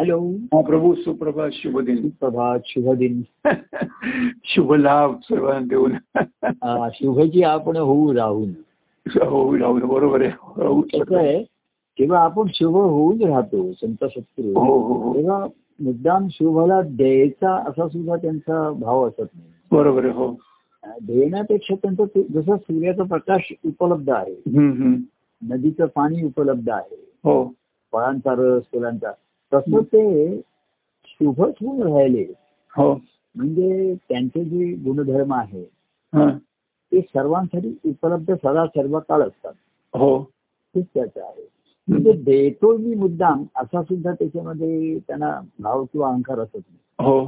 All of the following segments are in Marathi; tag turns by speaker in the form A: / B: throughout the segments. A: हॅलो
B: हा प्रभू सुप्रभात शुभ दिन
A: प्रभात शुभ दिन
B: शुभ लाभ सर्वांना देऊन
A: आ, शुभची आपण होऊ राहून
B: हो राहुल बरोबर आहे राहू.
A: कसं आहे जेव्हा आपण शुभ होऊन राहतो संत
B: हो
A: शत्रू
B: हो हो
A: तेव्हा मुद्दाम शुभला द्यायचा असा सुद्धा त्यांचा भाव असत नाही
B: बरोबर आहे हो
A: आ, देण्यापेक्षा त्यांचं ते- जसं सूर्याचा प्रकाश उपलब्ध आहे
B: हम्म, हम्म.
A: नदीचं पाणी उपलब्ध आहे
B: हो
A: फळांचा रस फुलांचा तसं ते शुभच होऊन राहिले
B: हो
A: म्हणजे त्यांचे जे गुणधर्म आहे
B: हा.
A: ते सर्वांसाठी उपलब्ध सदा सर्व काळ असतात
B: हो
A: हेच त्याचं आहे म्हणजे
B: हम्म.
A: देतो मी मुद्दाम असा सुद्धा त्याच्यामध्ये त्यांना भाव किंवा अहंकार असत नाही
B: हो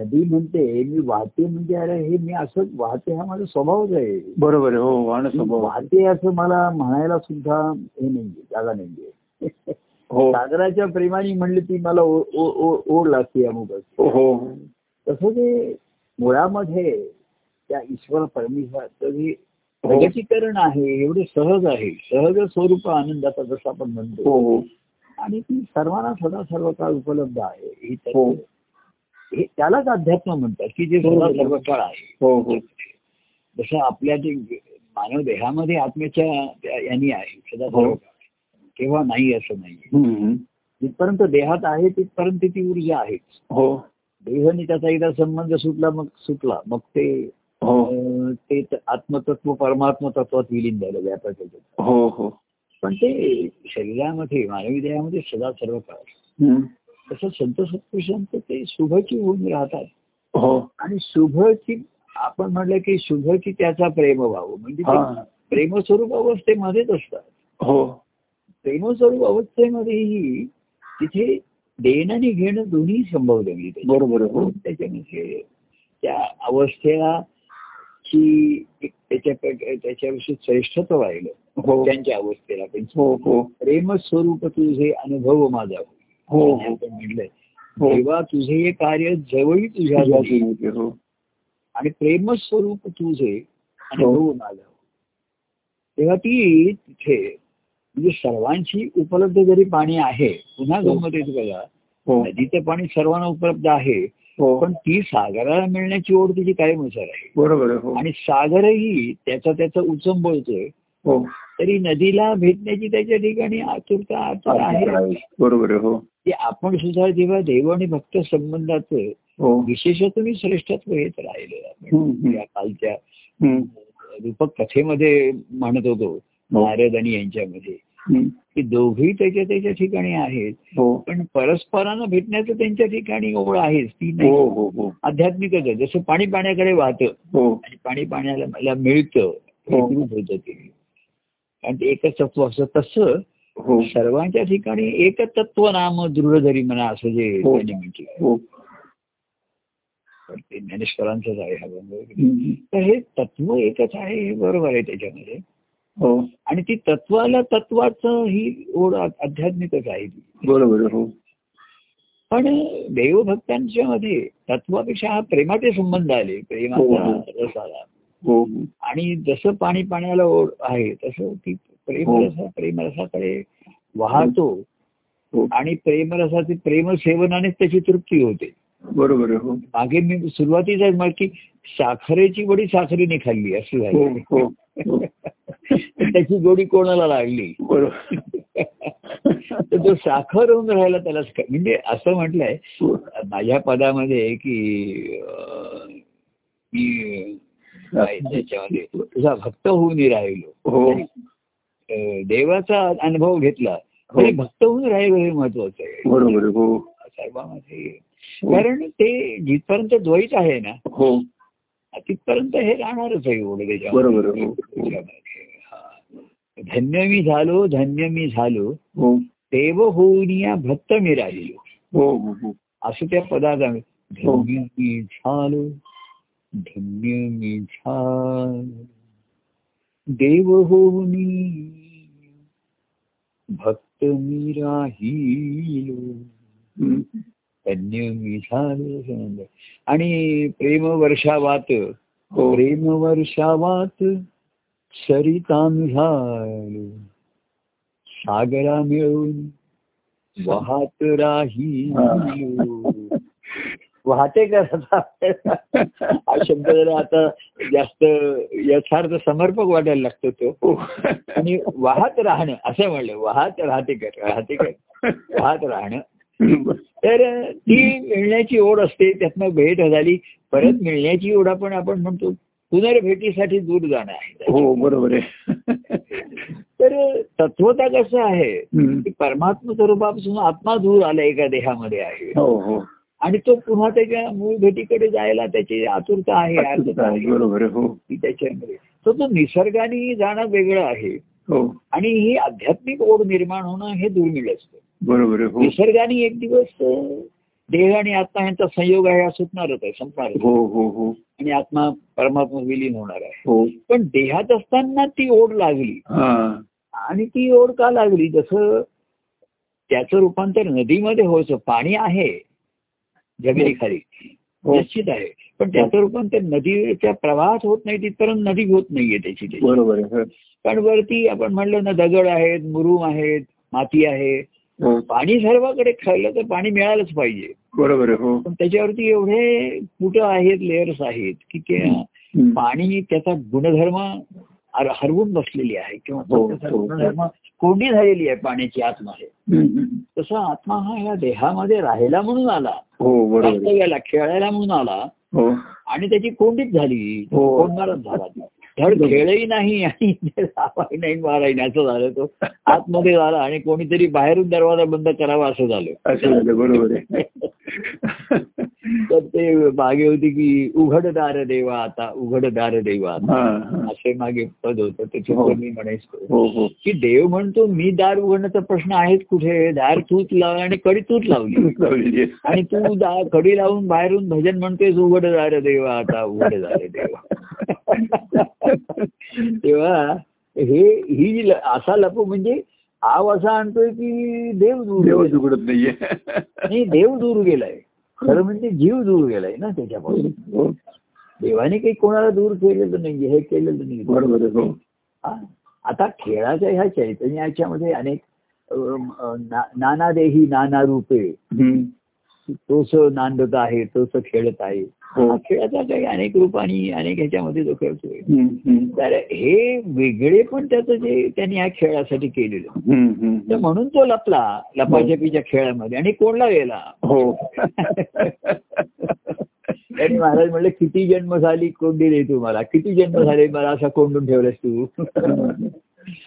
A: नदी म्हणते मी वाहते म्हणजे अरे हे मी असंच वाहते हा माझा स्वभावच आहे
B: बरोबर आहे हो वाण
A: मी
B: स्वभाव
A: वाहते असं मला म्हणायला सुद्धा हे नाहीये जागा नाहीये
B: हो
A: सागराच्या प्रेमाने म्हणली ती मला ओ- ओ- ओ- ओढ लागते अमुक असं.
B: हो
A: तसं ते मुळामध्ये त्या ईश्वर परमेश्वराचं जे
B: हो.
A: प्रगतीकरण आहे एवढे सहज आहे सहज स्वरूप आनंदाचा जसं आपण म्हणतो
B: हो हो
A: आणि ती सर्वांना सदा सर्व काळ उपलब्ध आहे ही तर-
B: हो.
A: हे त्यालाच अध्यात्म म्हणतात की जे
B: हो,
A: सदा
B: हो.
A: सर्व काळ आहे
B: हो हो
A: जसं आपल्या जे मानव देहामध्ये आत्म्याच्या त्या यांनी आहे सदा
B: हो.
A: सर्व काळ केव्हा नाही असं नाही
B: हम्म, हम्म.
A: जिथपर्यंत देहात आहे तिथपर्यंत ती ऊर्जा आहेच
B: हो
A: देहनी त्याचा एकदा संबंध सुटला मग सुटला मग ते
B: हो
A: अं, ते त- आत्मतत्व परमात्म तत्वात विलीन झालं व्यापक आहे.
B: हो हो
A: पण ते शरीरामध्ये मानवी देहामध्ये सदा सर्व काळ असतं.
B: हम्म.
A: तसं संत सत्पुरुषांचं ते शुभची होऊन राहतात
B: हो
A: आणि शुभची आपण म्हटलं की शुभची त्याचा प्रेमभाव म्हणजे
B: हा.
A: ते प्रेमस्वरूप अवस्थेमध्येच असतात
B: हो
A: प्रेमस्वरूप अवस्थेमध्येही तिथे देणं आणि घेणं दोन्ही संभवलं म्हणजे त्याच्यात.
B: बरोबर आहे हो
A: त्याच्यामध्ये त्या अवस्थेला की एक त्याच्या त्याच्याविषयी श्रेष्ठत्व राहिलं
B: हो
A: त्यांच्या अवस्थेला
B: हो
A: त्यांचं
B: हो
A: प्रेम स्वरूप तुझे अनुभव माझा होय.
B: हो
A: आणि
B: हो
A: आपण म्हटलंय
B: हो
A: तेव्हा तुझे हे कार्य जवळी तुझ्या झाले
B: हो
A: आणि प्रेमस्वरूप तुझे
B: हो.
A: अनुभव माझा होय. तेव्हा ती तिथे म्हणजे सर्वांची उपलब्ध जरी पाणी आहे पुन्हा
B: हो.
A: गमत येते बघा
B: हो
A: नदीचं पाणी सर्वांना उपलब्ध आहे
B: हो
A: पण ती सागराला मिळण्याची ओढ तिची कायमचर आहे
B: बरोबर आहे हो
A: आणि सागरही त्याचा त्याचा उचंबळतोय
B: हो
A: तरी नदीला भेटण्याची त्याच्या ठिकाणी आतुरता आतुर आहे
B: बरोबर आहे हो
A: ते आपण सुद्धा जेव्हा देव आणि भक्त संबंधाचं
B: हो
A: विशेषत्व आणि श्रेष्ठत्व येत राहिलेलं आपण
B: हम्म, हम्म,
A: म्हणजे या कालच्या
B: हम्म,
A: रूपक कथेमध्ये म्हणत होतो
B: हो.
A: नारद आणि यांच्यामध्ये
B: हम्म,
A: की दोघी त्याच्या त्याच्या ठिकाणी आहेत
B: हो
A: पण परस्परांना भेटण्याचं त्यांच्या ठिकाणी ओळ आहेच ती
B: हो
A: नाही
B: हो हो
A: आध्यात्मिकच आहे जसं पाणी पाण्याकडे वाहतं
B: हो
A: आणि पाणी पाण्याला मला मिळतं एकरूप होतं ते कारण ते एकच तत्व असं तसं
B: हो
A: सर्वांच्या ठिकाणी एक तत्व नाम दृढ धरी म्हणा असं जे
B: हो.
A: त्यांनी म्हटलं
B: हो
A: पण ते ज्ञानेश्वरांचंच आहे हा भंग वगैरे.
B: हम्म,
A: तर हे तत्व एकच आहे हे बरोबर आहे त्याच्यामध्ये
B: हो
A: आणि ती तत्वाला तत्वाचं ही ओढ आ- आध्यात्मिकच आहे ती
B: बरोबर आहे हो
A: पण देवभक्तांच्या मध्ये तत्वापेक्षा हा प्रेमाचे संबंध आले प्रेमाचा
B: हो.
A: रस आला
B: हो
A: आणि जसं पाणी पाण्याला ओढ आहे तसं ती प्रेमरसा प्रेमरसाकडे वाहतो
B: हो
A: आणि प्रेमरसाचे प्रेमसेवनानेच त्याची तृप्ती होते
B: बरोबर आहे हो
A: मागे मी सुरुवातीच म्हण की साखरेची गोडी साखरीने खाल्ली असं
B: हो
A: झालं
B: हो हो
A: तर त्याची गोडी कोणाला लागली
B: बरोबर
A: तर जो साखर होऊन राहिला त्यालाच खा- म्हणजे असं म्हटलंय
B: हो.
A: माझ्या पदामध्ये की अं, मी काय त्याच्यामध्ये तुझा भक्त होऊन
B: हो
A: राहिलो अं, देवाचा अनुभव घेतला तरी भक्त होऊन राहिलो हे महत्वाचं आहे
B: बरोबर आहे हो
A: सर्वांमध्ये कारण ते जिथपर्यंत द्वैत आहे ना
B: हो
A: तिथपर्यंत हे राहणारच आहे एवढं त्याच्यामध्ये.
B: बरोबर आहे हो हो
A: त्याच्यामध्ये. हा. धन्य मी झालो धन्य मी झालो
B: हो
A: देव होऊन या भक्त मी राहिलो
B: हो हो हो
A: असं त्या पदार्थ आहे.
B: हो.
A: धन्य मी झालो धन्य मी झालो देव हो होऊनी भक्त मी राहिलो
B: हम्म,
A: धन्य मी झालो समजा. आणि प्रेम वर्षावात
B: हो
A: प्रेम वर्षावात सरिता मी झालो सागरा मिळून वाहत राही
B: हा.
A: वाहते का रसा? हा शब्द जरा आता जास्त यथार्थ समर्पक वाटायला लागतो तो
B: हो.
A: आणि वाहत राहणं असं म्हणलं वाहत राहते का राहते का वाहत राहणं तर ती मिळण्याची ओढ असते त्यातनं भेट झाली परत मिळण्याची ओढ आपण आपण म्हणतो पुनर्भेटीसाठी दूर जाणं आहे
B: हो बरोबर आहे
A: तर तत्वता कसं आहे
B: हम्म.
A: की परमात्म स्वरूपापासून आत्मा दूर आला एका देहामध्ये आहे
B: हो हो
A: आणि तो पुन्हा त्याच्या मूळ भेटीकडे जायला त्याची आतुरता आहे आतुरता आहे
B: बरोबर आहे. हो
A: ती त्याच्यामध्ये तर तो निसर्गाने जाणं वेगळं आहे
B: हो
A: आणि ही आध्यात्मिक ओढ निर्माण होणं हे दुर्मिळ असतं
B: बरोबर आहे. हो
A: निसर्गाने एक दिवस अं, देह आणि आत्मा यांचा संयोग आहे हा सुटणारच आहे संपणार
B: हो हो हो
A: आणि आत्मा परमात्मा विलीन होणार आहे
B: हो
A: पण देहात असताना ती ओढ लागली
B: हा
A: आणि ती ओढ का लागली जसं त्याचं रूपांतर नदीमध्ये व्हायचं पाणी आहे जमिनीखाली
B: हो
A: निश्चित आहे पण त्याचं रूपांतर नदीच्या प्रवाहात होत नाही तिथपर्यंत नदी होत नाहीये त्याची त्याची.
B: बरोबर आहे.
A: पण वरती आपण म्हणलं ना दगड आहेत मुरुम आहेत माती आहे
B: हो
A: पाणी सर्वाकडे खाल्लं तर पाणी मिळालंच पाहिजे
B: बरोबर आहे. हो
A: पण त्याच्यावरती एवढे कुठं आहेत लेयर्स आहेत की ते
B: हम्म.
A: पाणी त्याचा गुणधर्म हर- हरवून बसलेली आहे किंवा
B: हो,
A: त्याचा
B: हो.
A: गुणधर्म कोंडी झालेली आहे पाण्याची आतमध्ये
B: हम्म, हम्म.
A: तसा आत्मा हा या देहामध्ये राहायला म्हणून आला
B: हो बरोबर आहे.
A: वास्तव्याला खेळायला म्हणून आला
B: हो
A: आणि त्याची कोंडीच झाली
B: हो.
A: कोंडणारच झाला ती. धड खेळही नाही आणि लावाही नाही माराही नाही असं झालं तो आतमध्ये झाला आणि कोणीतरी बाहेरून दरवाजा बंद करावा असं
B: असं
A: झालं
B: झालं बरोबर आहे
A: तर ते मागे होती की उघडदार देवा आता उघडदार देवा आता
B: हा हा.
A: असे मागे पद होतं
B: हो.
A: त्याच्यावर मी म्हणायचो
B: हो हो
A: की देव म्हणतो मी दार उघडण्याचा प्रश्न आहेच कुठे दार तूच लाव आणि कडी तूच लावली
B: लावलेली आहे.
A: आणि तू दा- कडी लावून बाहेरून भजन म्हणतेस उघड दार देवा आता उघड दार देवा तेव्हा हे ही जी ल- असा लपू म्हणजे आव असा आणतोय की देव दूर
B: देवच
A: गेला.
B: उघडत नाहीये
A: आणि देव दूर गेलाय खरं म्हणजे जीव दूर गेलाय ना त्याच्यापासून
B: हो
A: देवाने काही कोणाला दूर केलेलं नाही हे केलेलं नाही
B: बरोबर आहे. हो
A: हा. आता खेळाच्या ह्या चैतन्याच्या मध्ये अनेक अम, अ, ना- नाना देही नाना रूपे
B: हम्म.
A: तोच नांदत आहे तोच खेळत आहे
B: हो
A: हा खेळाचा काही अनेक रूपाने अनेक ह्याच्यामध्ये तो खेळतोय
B: हम्म, हम्म.
A: तर हे वेगळे पण त्याचं जे त्यांनी ह्या खेळासाठी केलेलं
B: हम्म,
A: तर
B: हम्म.
A: म्हणून तो लपला लपाछपीच्या खेळामध्ये आणि कोणला गेला
B: हो
A: त्यांनी महाराज म्हणले किती जन्म झाली कोंडी रे तुम्हाला किती
B: हो.
A: जन्म झाले मला असा कोंडून ठेवलास तू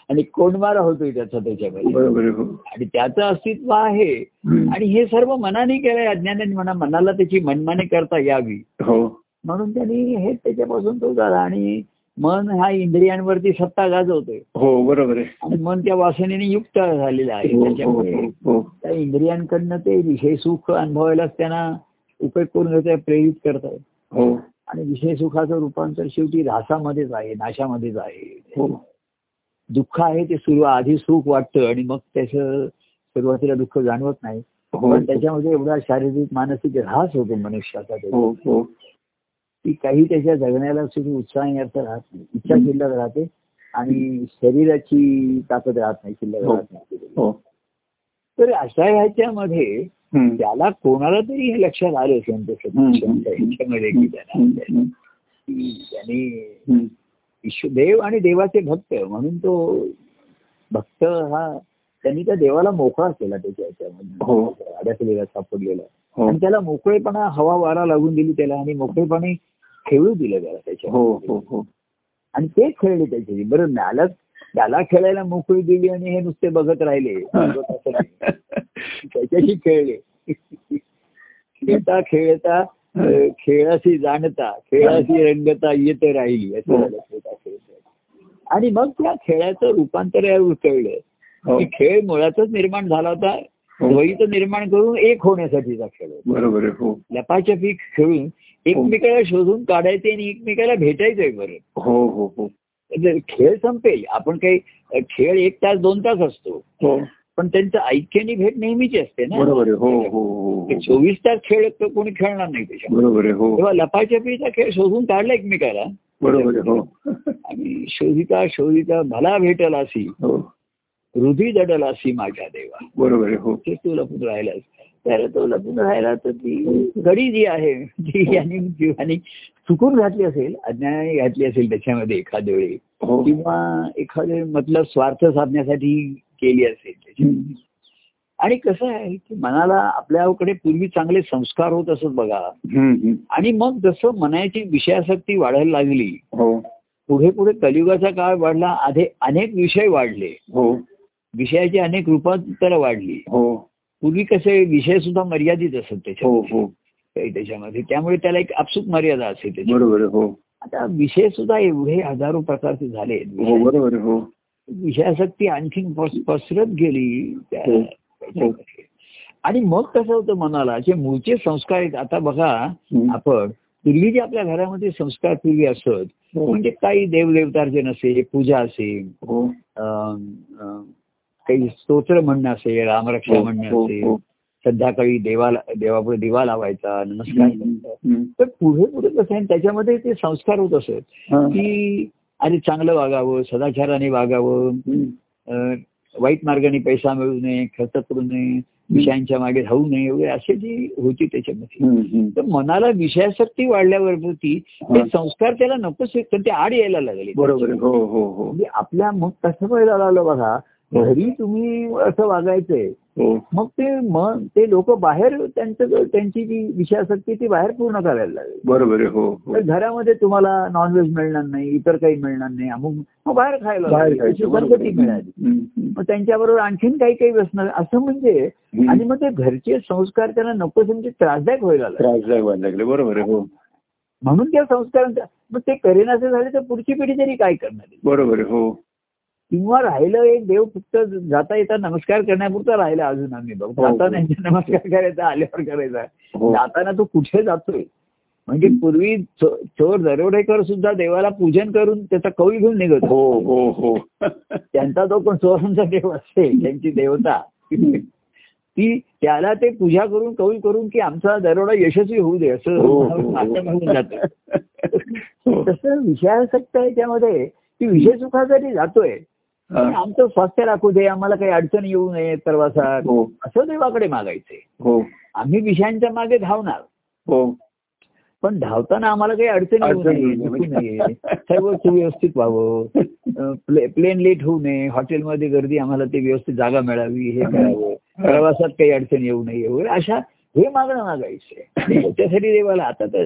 A: आणि कोंडमारा होतोय त्याचा त्याच्यामध्ये
B: बरोबर आहे. हो. हो
A: आणि त्याचं अस्तित्व आहे
B: हम्म.
A: आणि हे सर्व मनाने केलंय अज्ञानाने म्हणा मनाला त्याची मनमानी करता यावी
B: हो
A: म्हणून त्यांनी हे त्याच्यापासून तो झाला आणि मन हा इंद्रियांवरती सत्ता गाजवतोय
B: हो बरोबर आहे
A: आणि मन त्या वासनेने युक्त झालेलं आहे
B: हो, हो,
A: त्याच्यामुळे
B: हो, हो.
A: त्या इंद्रियांकडनं ते विषय सुख अनुभवायलाच त्यांना उपयोग करून घेतोय प्रेरित करताय
B: हो
A: आणि विषय सुखाचं रूपांतर शेवटी रासामध्येच आहे नाशामध्येच आहे
B: हो
A: दुःख आहे ते सुरू आधी सुख वाटतं आणि मग त्याचं सुरुवातीला दुःख जाणवत नाही
B: हो
A: पण त्याच्यामध्ये एवढा शारीरिक मानसिक ऱ्हास होतो मनुष्याचा
B: हो हो
A: की काही त्याच्या जगण्याला सुद्धा उत्साह अर्थ राहत नाही इच्छा शिल्लक राहते आणि शरीराची ताकद राहत नाही शिल्लक
B: हो.
A: राहत नाही
B: हो
A: तर अशा ह्याच्यामध्ये
B: हम्म.
A: त्याला कोणाला तरी हे लक्षात आलं संत सदाशिवांच्या ह्याच्यामध्ये की
B: हम्म,
A: त्याला
B: हम्म,
A: की त्याने
B: हम्म.
A: ईश्व- देव आणि देवाचे भक्त म्हणून तो भक्त हा त्यांनी त्या देवाला मोकळा केला त्याच्या
B: हो.
A: ह्याच्यामध्ये अडकलेला सापडलेला
B: हो
A: आणि त्याला मोकळेपणा हवा वारा लागून दिली त्याला आणि मोकळेपणे खेळू दिलं त्याला
B: हो
A: त्याच्या
B: हो हो
A: आणि ते खेळले त्याच्याशी बरं मला त्याला खेळायला मोकळी दिली आणि हे नुसते बघत राहिले बघत असं नाही. त्याच्याशी खेळले खेळता खेळता अं, खेळाशी जाणता खेळाशी रंगता येत राहिली
B: हो.
A: असं झालं खेळता खेळता. आणि मग त्या खेळाचं रूपांतर यावर कळलं
B: हो
A: की खेळ मुळातच निर्माण झाला होता
B: हो.
A: द्वैत निर्माण करून एक होण्यासाठीचा खेळ होता
B: बरोबर आहे. हो
A: लपाच्या पीक खेळून एकमेकाला शोधून काढायचे आणि एकमेकाला भेटायचंय बरं
B: हो हो हो
A: जर खेळ संपेल आपण काही अ, खेळ एक तास दोन तास असतो
B: हो
A: पण त्यांचं ऐक्यानी भेट नेहमीची असते ना
B: बरोबर आहे. हो हो हो
A: ते
B: हो
A: चोवीस तास खेळ तो कोणी खेळणार नाही त्याच्यामध्ये
B: बरोबर आहे. हो
A: तेव्हा लपाछपीचा खेळ शोधून काढला एकमेकाला
B: बरोबर आहे. हो
A: आणि शोधिता शोधिता भला भेटल अशी
B: हो
A: हृदय दडलासी माझ्या देवा
B: बरोबर आहे हो
A: ते तू लपून राहिलास त्याला तो लपून राहिला तर ती घडी जी आहे ती याने जीवाने चुकून घातली असेल अज्ञानाने घातली असेल त्याच्यामध्ये एखाद्या वेळी
B: हो
A: किंवा एखाद्या मतलब स्वार्थ साधण्यासाठी केली असेल त्याची
B: हम्म.
A: आणि कसं आहे की मनाला आपल्याकडे पूर्वी चांगले संस्कार होत असत बघा
B: हम्म, हम्म.
A: आणि मग जसं मनाची विषयासक्ती वाढायला लागली
B: हो
A: पुढे पुढे कलियुगाचा काळ वाढला आधे अनेक विषय वाढले
B: हो
A: विषयाची अनेक रूपांतरं वाढली
B: हो
A: पूर्वी कसे विषय सुद्धा मर्यादित असत
B: हो
A: त्याच्यामध्ये
B: हो
A: काही त्याच्यामध्ये त्यामुळे त्याला एक आपसूक मर्यादा असे त्याची
B: बरोबर आहे, हो
A: आता विषय सुद्धा एवढे हजारो प्रकारचे झाले
B: हो बरोबर आहे, हो
A: विषयासक्ती आणखी पस- पसरत गेली त्या-
B: हो.
A: त्याच्यामध्ये. आणि मग कसं होतं मनाला जे मूळचे संस्कार आहेत आता बघा
B: हम्म.
A: आपण पूर्वी जे आपल्या घरामध्ये संस्कार पूर्वी असत
B: हो.
A: म्हणजे काही देवदेवतार्जन असेल पूजा असेल
B: हो
A: अं, अं, काही स्तोत्र म्हणणं असेल रामरक्षा म्हणणं
B: हो,
A: असेल
B: हो.
A: संध्याकाळी देवाला देवापुढे दिवा लावायचा नमस्कार
B: हम्म,
A: करायचा.
B: हम्म.
A: तर पुढे पुढे कसं आहे त्याच्यामध्ये ते संस्कार होत असत
B: हा.
A: की अरे चांगलं वागावं सदाचाराने वागावं
B: हम्म.
A: अं, वाईट मार्गाने पैसा मिळू नये खर्च करू नये विषयांच्या मागे धावू नये वगैरे असे जी होती त्याच्यामध्ये
B: हम्म, हम्म.
A: तर मनाला विषयासक्ती वाढल्यावरती ते
B: हा.
A: संस्कार त्याला नकोच आहेत, तर ते आड यायला लागले
B: बरोबर आहे, हो हो हो
A: म्हणजे आपल्या मग कसं व्हायला लागलं बघा घरी तुम्ही असं वागायचंय
B: हो
A: मग ते मन ते लोक बाहेर त्यांचं त्यांची जी विषयासक्ती ती बाहेर पूर्ण करायला लागली
B: बरोबर आहे, हो हो
A: तर घरामध्ये तुम्हाला नॉनव्हेज मिळणार नाही इतर काही मिळणार नाही अमुक मग बाहेर खायला
B: हो, बाहेर
A: लागले.
B: जायचं,
A: अशी
B: बरोबर
A: संगती
B: आहे.
A: मिळाली
B: हम्म, हम्म.
A: मग त्यांच्याबरोबर आणखीन काही काही बसणार असं म्हणजे
B: हम्म.
A: आणि मग ते घरचे संस्कार त्यांना नको म्हणजे त्रासदायक व्हायला लागले.
B: त्रास व्हायला लागले बरोबर आहे हो
A: म्हणून त्या संस्कारांचा मग ते करेनासे झाले तर पुढची पिढी तरी काय करणार आहे?
B: बरोबर आहे, हो
A: किंवा राहिलं एक देव फक्त जाता येता नमस्कार करण्यापुरता राहिला अजून आम्ही बघ
B: हो.
A: जाताना नमस्कार करायचा आल्यावर करायचा
B: हो
A: जाताना तो कुठे जातोय म्हणजे पूर्वी चो- चोर दरोडेकर सुद्धा देवाला पूजन करून त्याचा कौल घेऊन निघत होता.
B: हो हो हो
A: त्यांचा जो कोण चोरांचा देव असते त्यांची देवता ती त्याला ते पूजा करून कौल करून की आमचा दरोडा यशस्वी होऊ दे असं
B: हो, हो, हो.
A: असं होऊन जातं
B: हो.
A: तसं विषयासक्त आहे त्यामध्ये की विषय सुखासाठी जातोय
B: हा.
A: पण आमचं स्वास्थ्य राखू दे आम्हाला काही अडचण येऊ नये प्रवासात
B: हो
A: असं देवाकडे मागायचंय
B: हो
A: आम्ही विषयांच्या मागे धावणार
B: हो
A: पण धावताना आम्हाला काही अडचण येऊ
B: अडचण
A: नये
B: येऊ नये.
A: दुखू नये सर्व सुव्यवस्थित व्हावं प्लेन लेट होऊ नये हॉटेलमध्ये गर्दी आम्हाला ते व्यवस्थित जागा मिळावी हे करावं प्रवासात काही अडचण येऊ नये वगैरे अशा हे मागणं मागायचे त्याच्यासाठी देवाला आता तर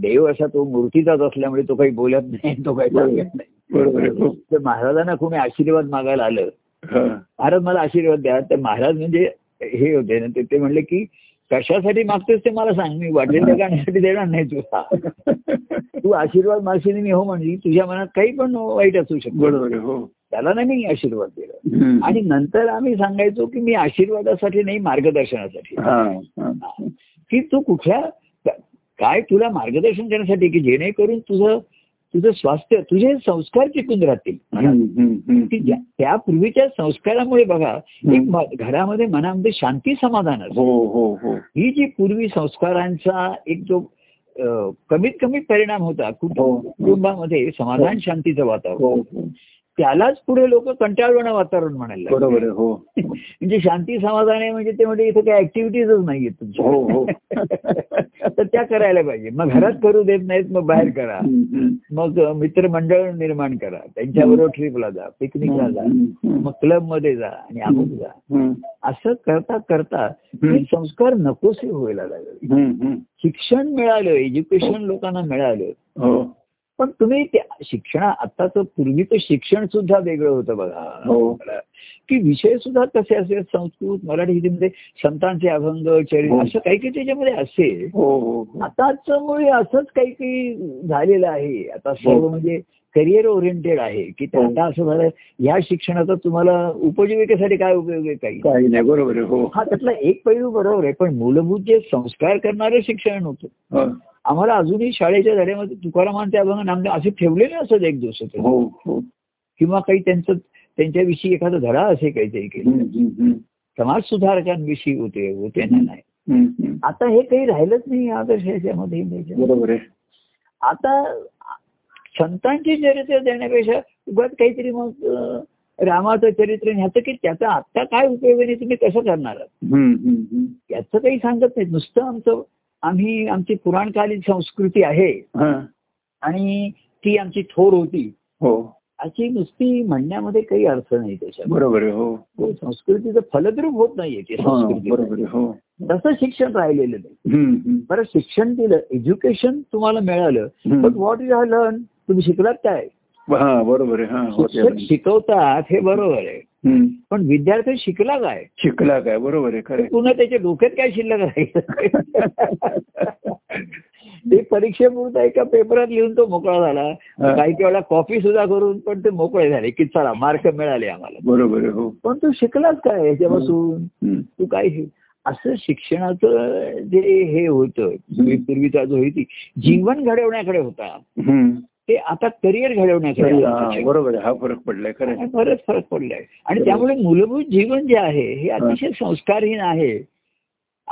A: देव असा तो मूर्तीचाच असल्यामुळे तो काही बोलत नाही तो काही सांगत नाही
B: बरोबर आहे, हो
A: तर महाराजांना कोणी आशीर्वाद मागायला आलं
B: हा.
A: महाराज मला आशीर्वाद द्या तर महाराज म्हणजे हे होते ना ते- ते म्हणले की कशासाठी मागतेस ते मला सांग मी वाटेल त्या गाण्यासाठी देणार नाही तुला तू आशीर्वाद मागशील मी हो म्हणजे तुझ्या मनात काही पण वाईट असू शकतो
B: बरोबर आहे, हो
A: त्याला नाही मी आशीर्वाद दिला
B: हम्म.
A: आणि नंतर आम्ही सांगायचो की मी आशीर्वादासाठी नाही मार्गदर्शनासाठी
B: हा, हा.
A: की तू कुठल्या का- काय तुला मार्गदर्शन करण्यासाठी की जेणेकरून तुझं तुझं स्वास्थ्य तुझे संस्कार टिकून राहतील
B: हम्म, हम्म,
A: की
B: हम्म.
A: ज्या- त्या पूर्वीच्या संस्कारामुळे बघा एक
B: हम्म.
A: म- घरामध्ये मनामध्ये शांती समाधान असतं
B: हो हो हो
A: ही जी पूर्वी संस्कारांचा एक जो अ, कमीत कमी परिणाम होता
B: हो.
A: कुटुंब कुटुंबामध्ये समाधान शांतीचं वातावरण
B: हो हो
A: त्यालाच पुढे लोक कंटाळवणं वातावरण म्हणायला लागले.
B: बरोबर आहे, हो
A: म्हणजे शांती समाधान आहे म्हणजे ते म्हणजे इथे काही ऍक्टिव्हिटीजच नाहीये तुमच्या
B: हो हो
A: तर त्या करायला पाहिजे मग घरात करू देत नाहीत मग बाहेर करा
B: हम्म, हम्म.
A: मग मित्रमंडळ निर्माण करा त्यांच्याबरोबर ट्रिपला जा पिकनिकला जा मग क्लबमध्ये जा आणि अमुक जा
B: हम्म,
A: असं करता करता
B: हम्म.
A: हे संस्कार नकोसे व्हायला लागले
B: हम्म, हम्म.
A: शिक्षण मिळालं एज्युकेशन लोकांना मिळालं
B: हो
A: पण तुम्ही त्या शिक्षणा आताचं पूर्वीचं शिक्षण सुद्धा वेगळं होतं
B: हो.
A: बघा की विषय सुद्धा कसे असे संस्कृत मराठी हिंदीमध्ये संतांचे अभंग
B: हो.
A: चरित्र असं काही काही त्याच्यामध्ये असे
B: हो हो हो
A: आताच्यामुळे असंच काही काही झालेलं आहे आता सर्व
B: हो.
A: म्हणजे करिअर ओरिएंटेड आहे की ते
B: हो.
A: आता असं झालं ह्या शिक्षणाचा तुम्हाला उपजीविकेसाठी काय उपयोग आहे काही
B: काही नाही बरोबर आहे, हो
A: हा त्यातला एक पैलू बरोबर आहे पण मूलभूत जे संस्कार करणारं शिक्षण होतं
B: हा.
A: आम्हाला अजूनही शाळेच्या धड्यामध्ये तुकारामांचे अभंग नामदेव असे ठेवलेले असत एक दिवस
B: हो हो
A: किंवा काही त्यांचं त्यांच्याविषयी एखादा धडा असे काहीतरी केले
B: हम्म, हम्म, हम्म.
A: समाज सुधारकांविषयी होते होते ना नाही
B: हम्म, हम्म.
A: आता हे काही राहिलंच नाही आदर्श याच्यामध्ये याच्यामध्ये.
B: बरोबर आहे
A: आता संतांची चरित्र देण्यापेक्षा उगाच काहीतरी मग अं, रामाचं चरित्र आणि ह्याचं की त्याचा आत्ता काय उपयोग आहे आणि तुम्ही कसं करणार आहात?
B: हम्म, हम्म, हम्म.
A: याचं काही सांगत नाही नुसतं आमचं आम्ही आमची पुराणकालीन संस्कृती आहे
B: हा.
A: आणि ती आमची थोर होती
B: हो
A: अशी नुसती म्हणण्यामध्ये काही अर्थ नाही त्याच्यामध्ये
B: बरोबर आहे, हो
A: तो संस्कृतीचं फलद्रूप होत नाहीये ती
B: हा,
A: संस्कृती
B: बरोबर आहे, हो
A: तसं शिक्षण राहिलेलं नाही
B: हम्म, हम्म,
A: बरं शिक्षण दिलं एज्युकेशन तुम्हाला मिळालं
B: हम्म.
A: But what is I learn तुम्ही शिकलात काय
B: हा बरोबर आहे, हा होते
A: शिक्षक
B: आपण.
A: शिकवतात हे बरोबर आहे
B: हम्म.
A: पण विद्यार्थी शिकला काय
B: शिकला काय बरोबर आहे खरं
A: तर पुन्हा त्याच्या डोक्यात काय शिल्लक राहील ते परीक्षेपुरता एका पेपरात लिहून तो मोकळा झाला
B: हा.
A: काही काही वेळा कॉपी सुद्धा करून पण ते मोकळे झाले की चला मार्क मिळाले आम्हाला
B: बरोबर आहे, हो
A: पण तू शिकलाच काय याच्यापासून
B: हम्म,
A: तू काय शिक- असं शिक्षणाचं जे हे होतं पूर्वी- पूर्वीचा जो होती जीवन घडवण्याकडे होता
B: हम्म.
A: ते आता करिअर घडवण्याकडे
B: तरी,
A: आलं
B: हा,
A: त्याच्यात.
B: बरोबर आहे, हा फरक पडलाय खरं आहे.
A: आणि बरंच फरक पडलाय आणि
B: बरोबर.
A: त्यामुळे मूलभूत जीवन जे आहे हे अतिशय संस्कारहीन आहे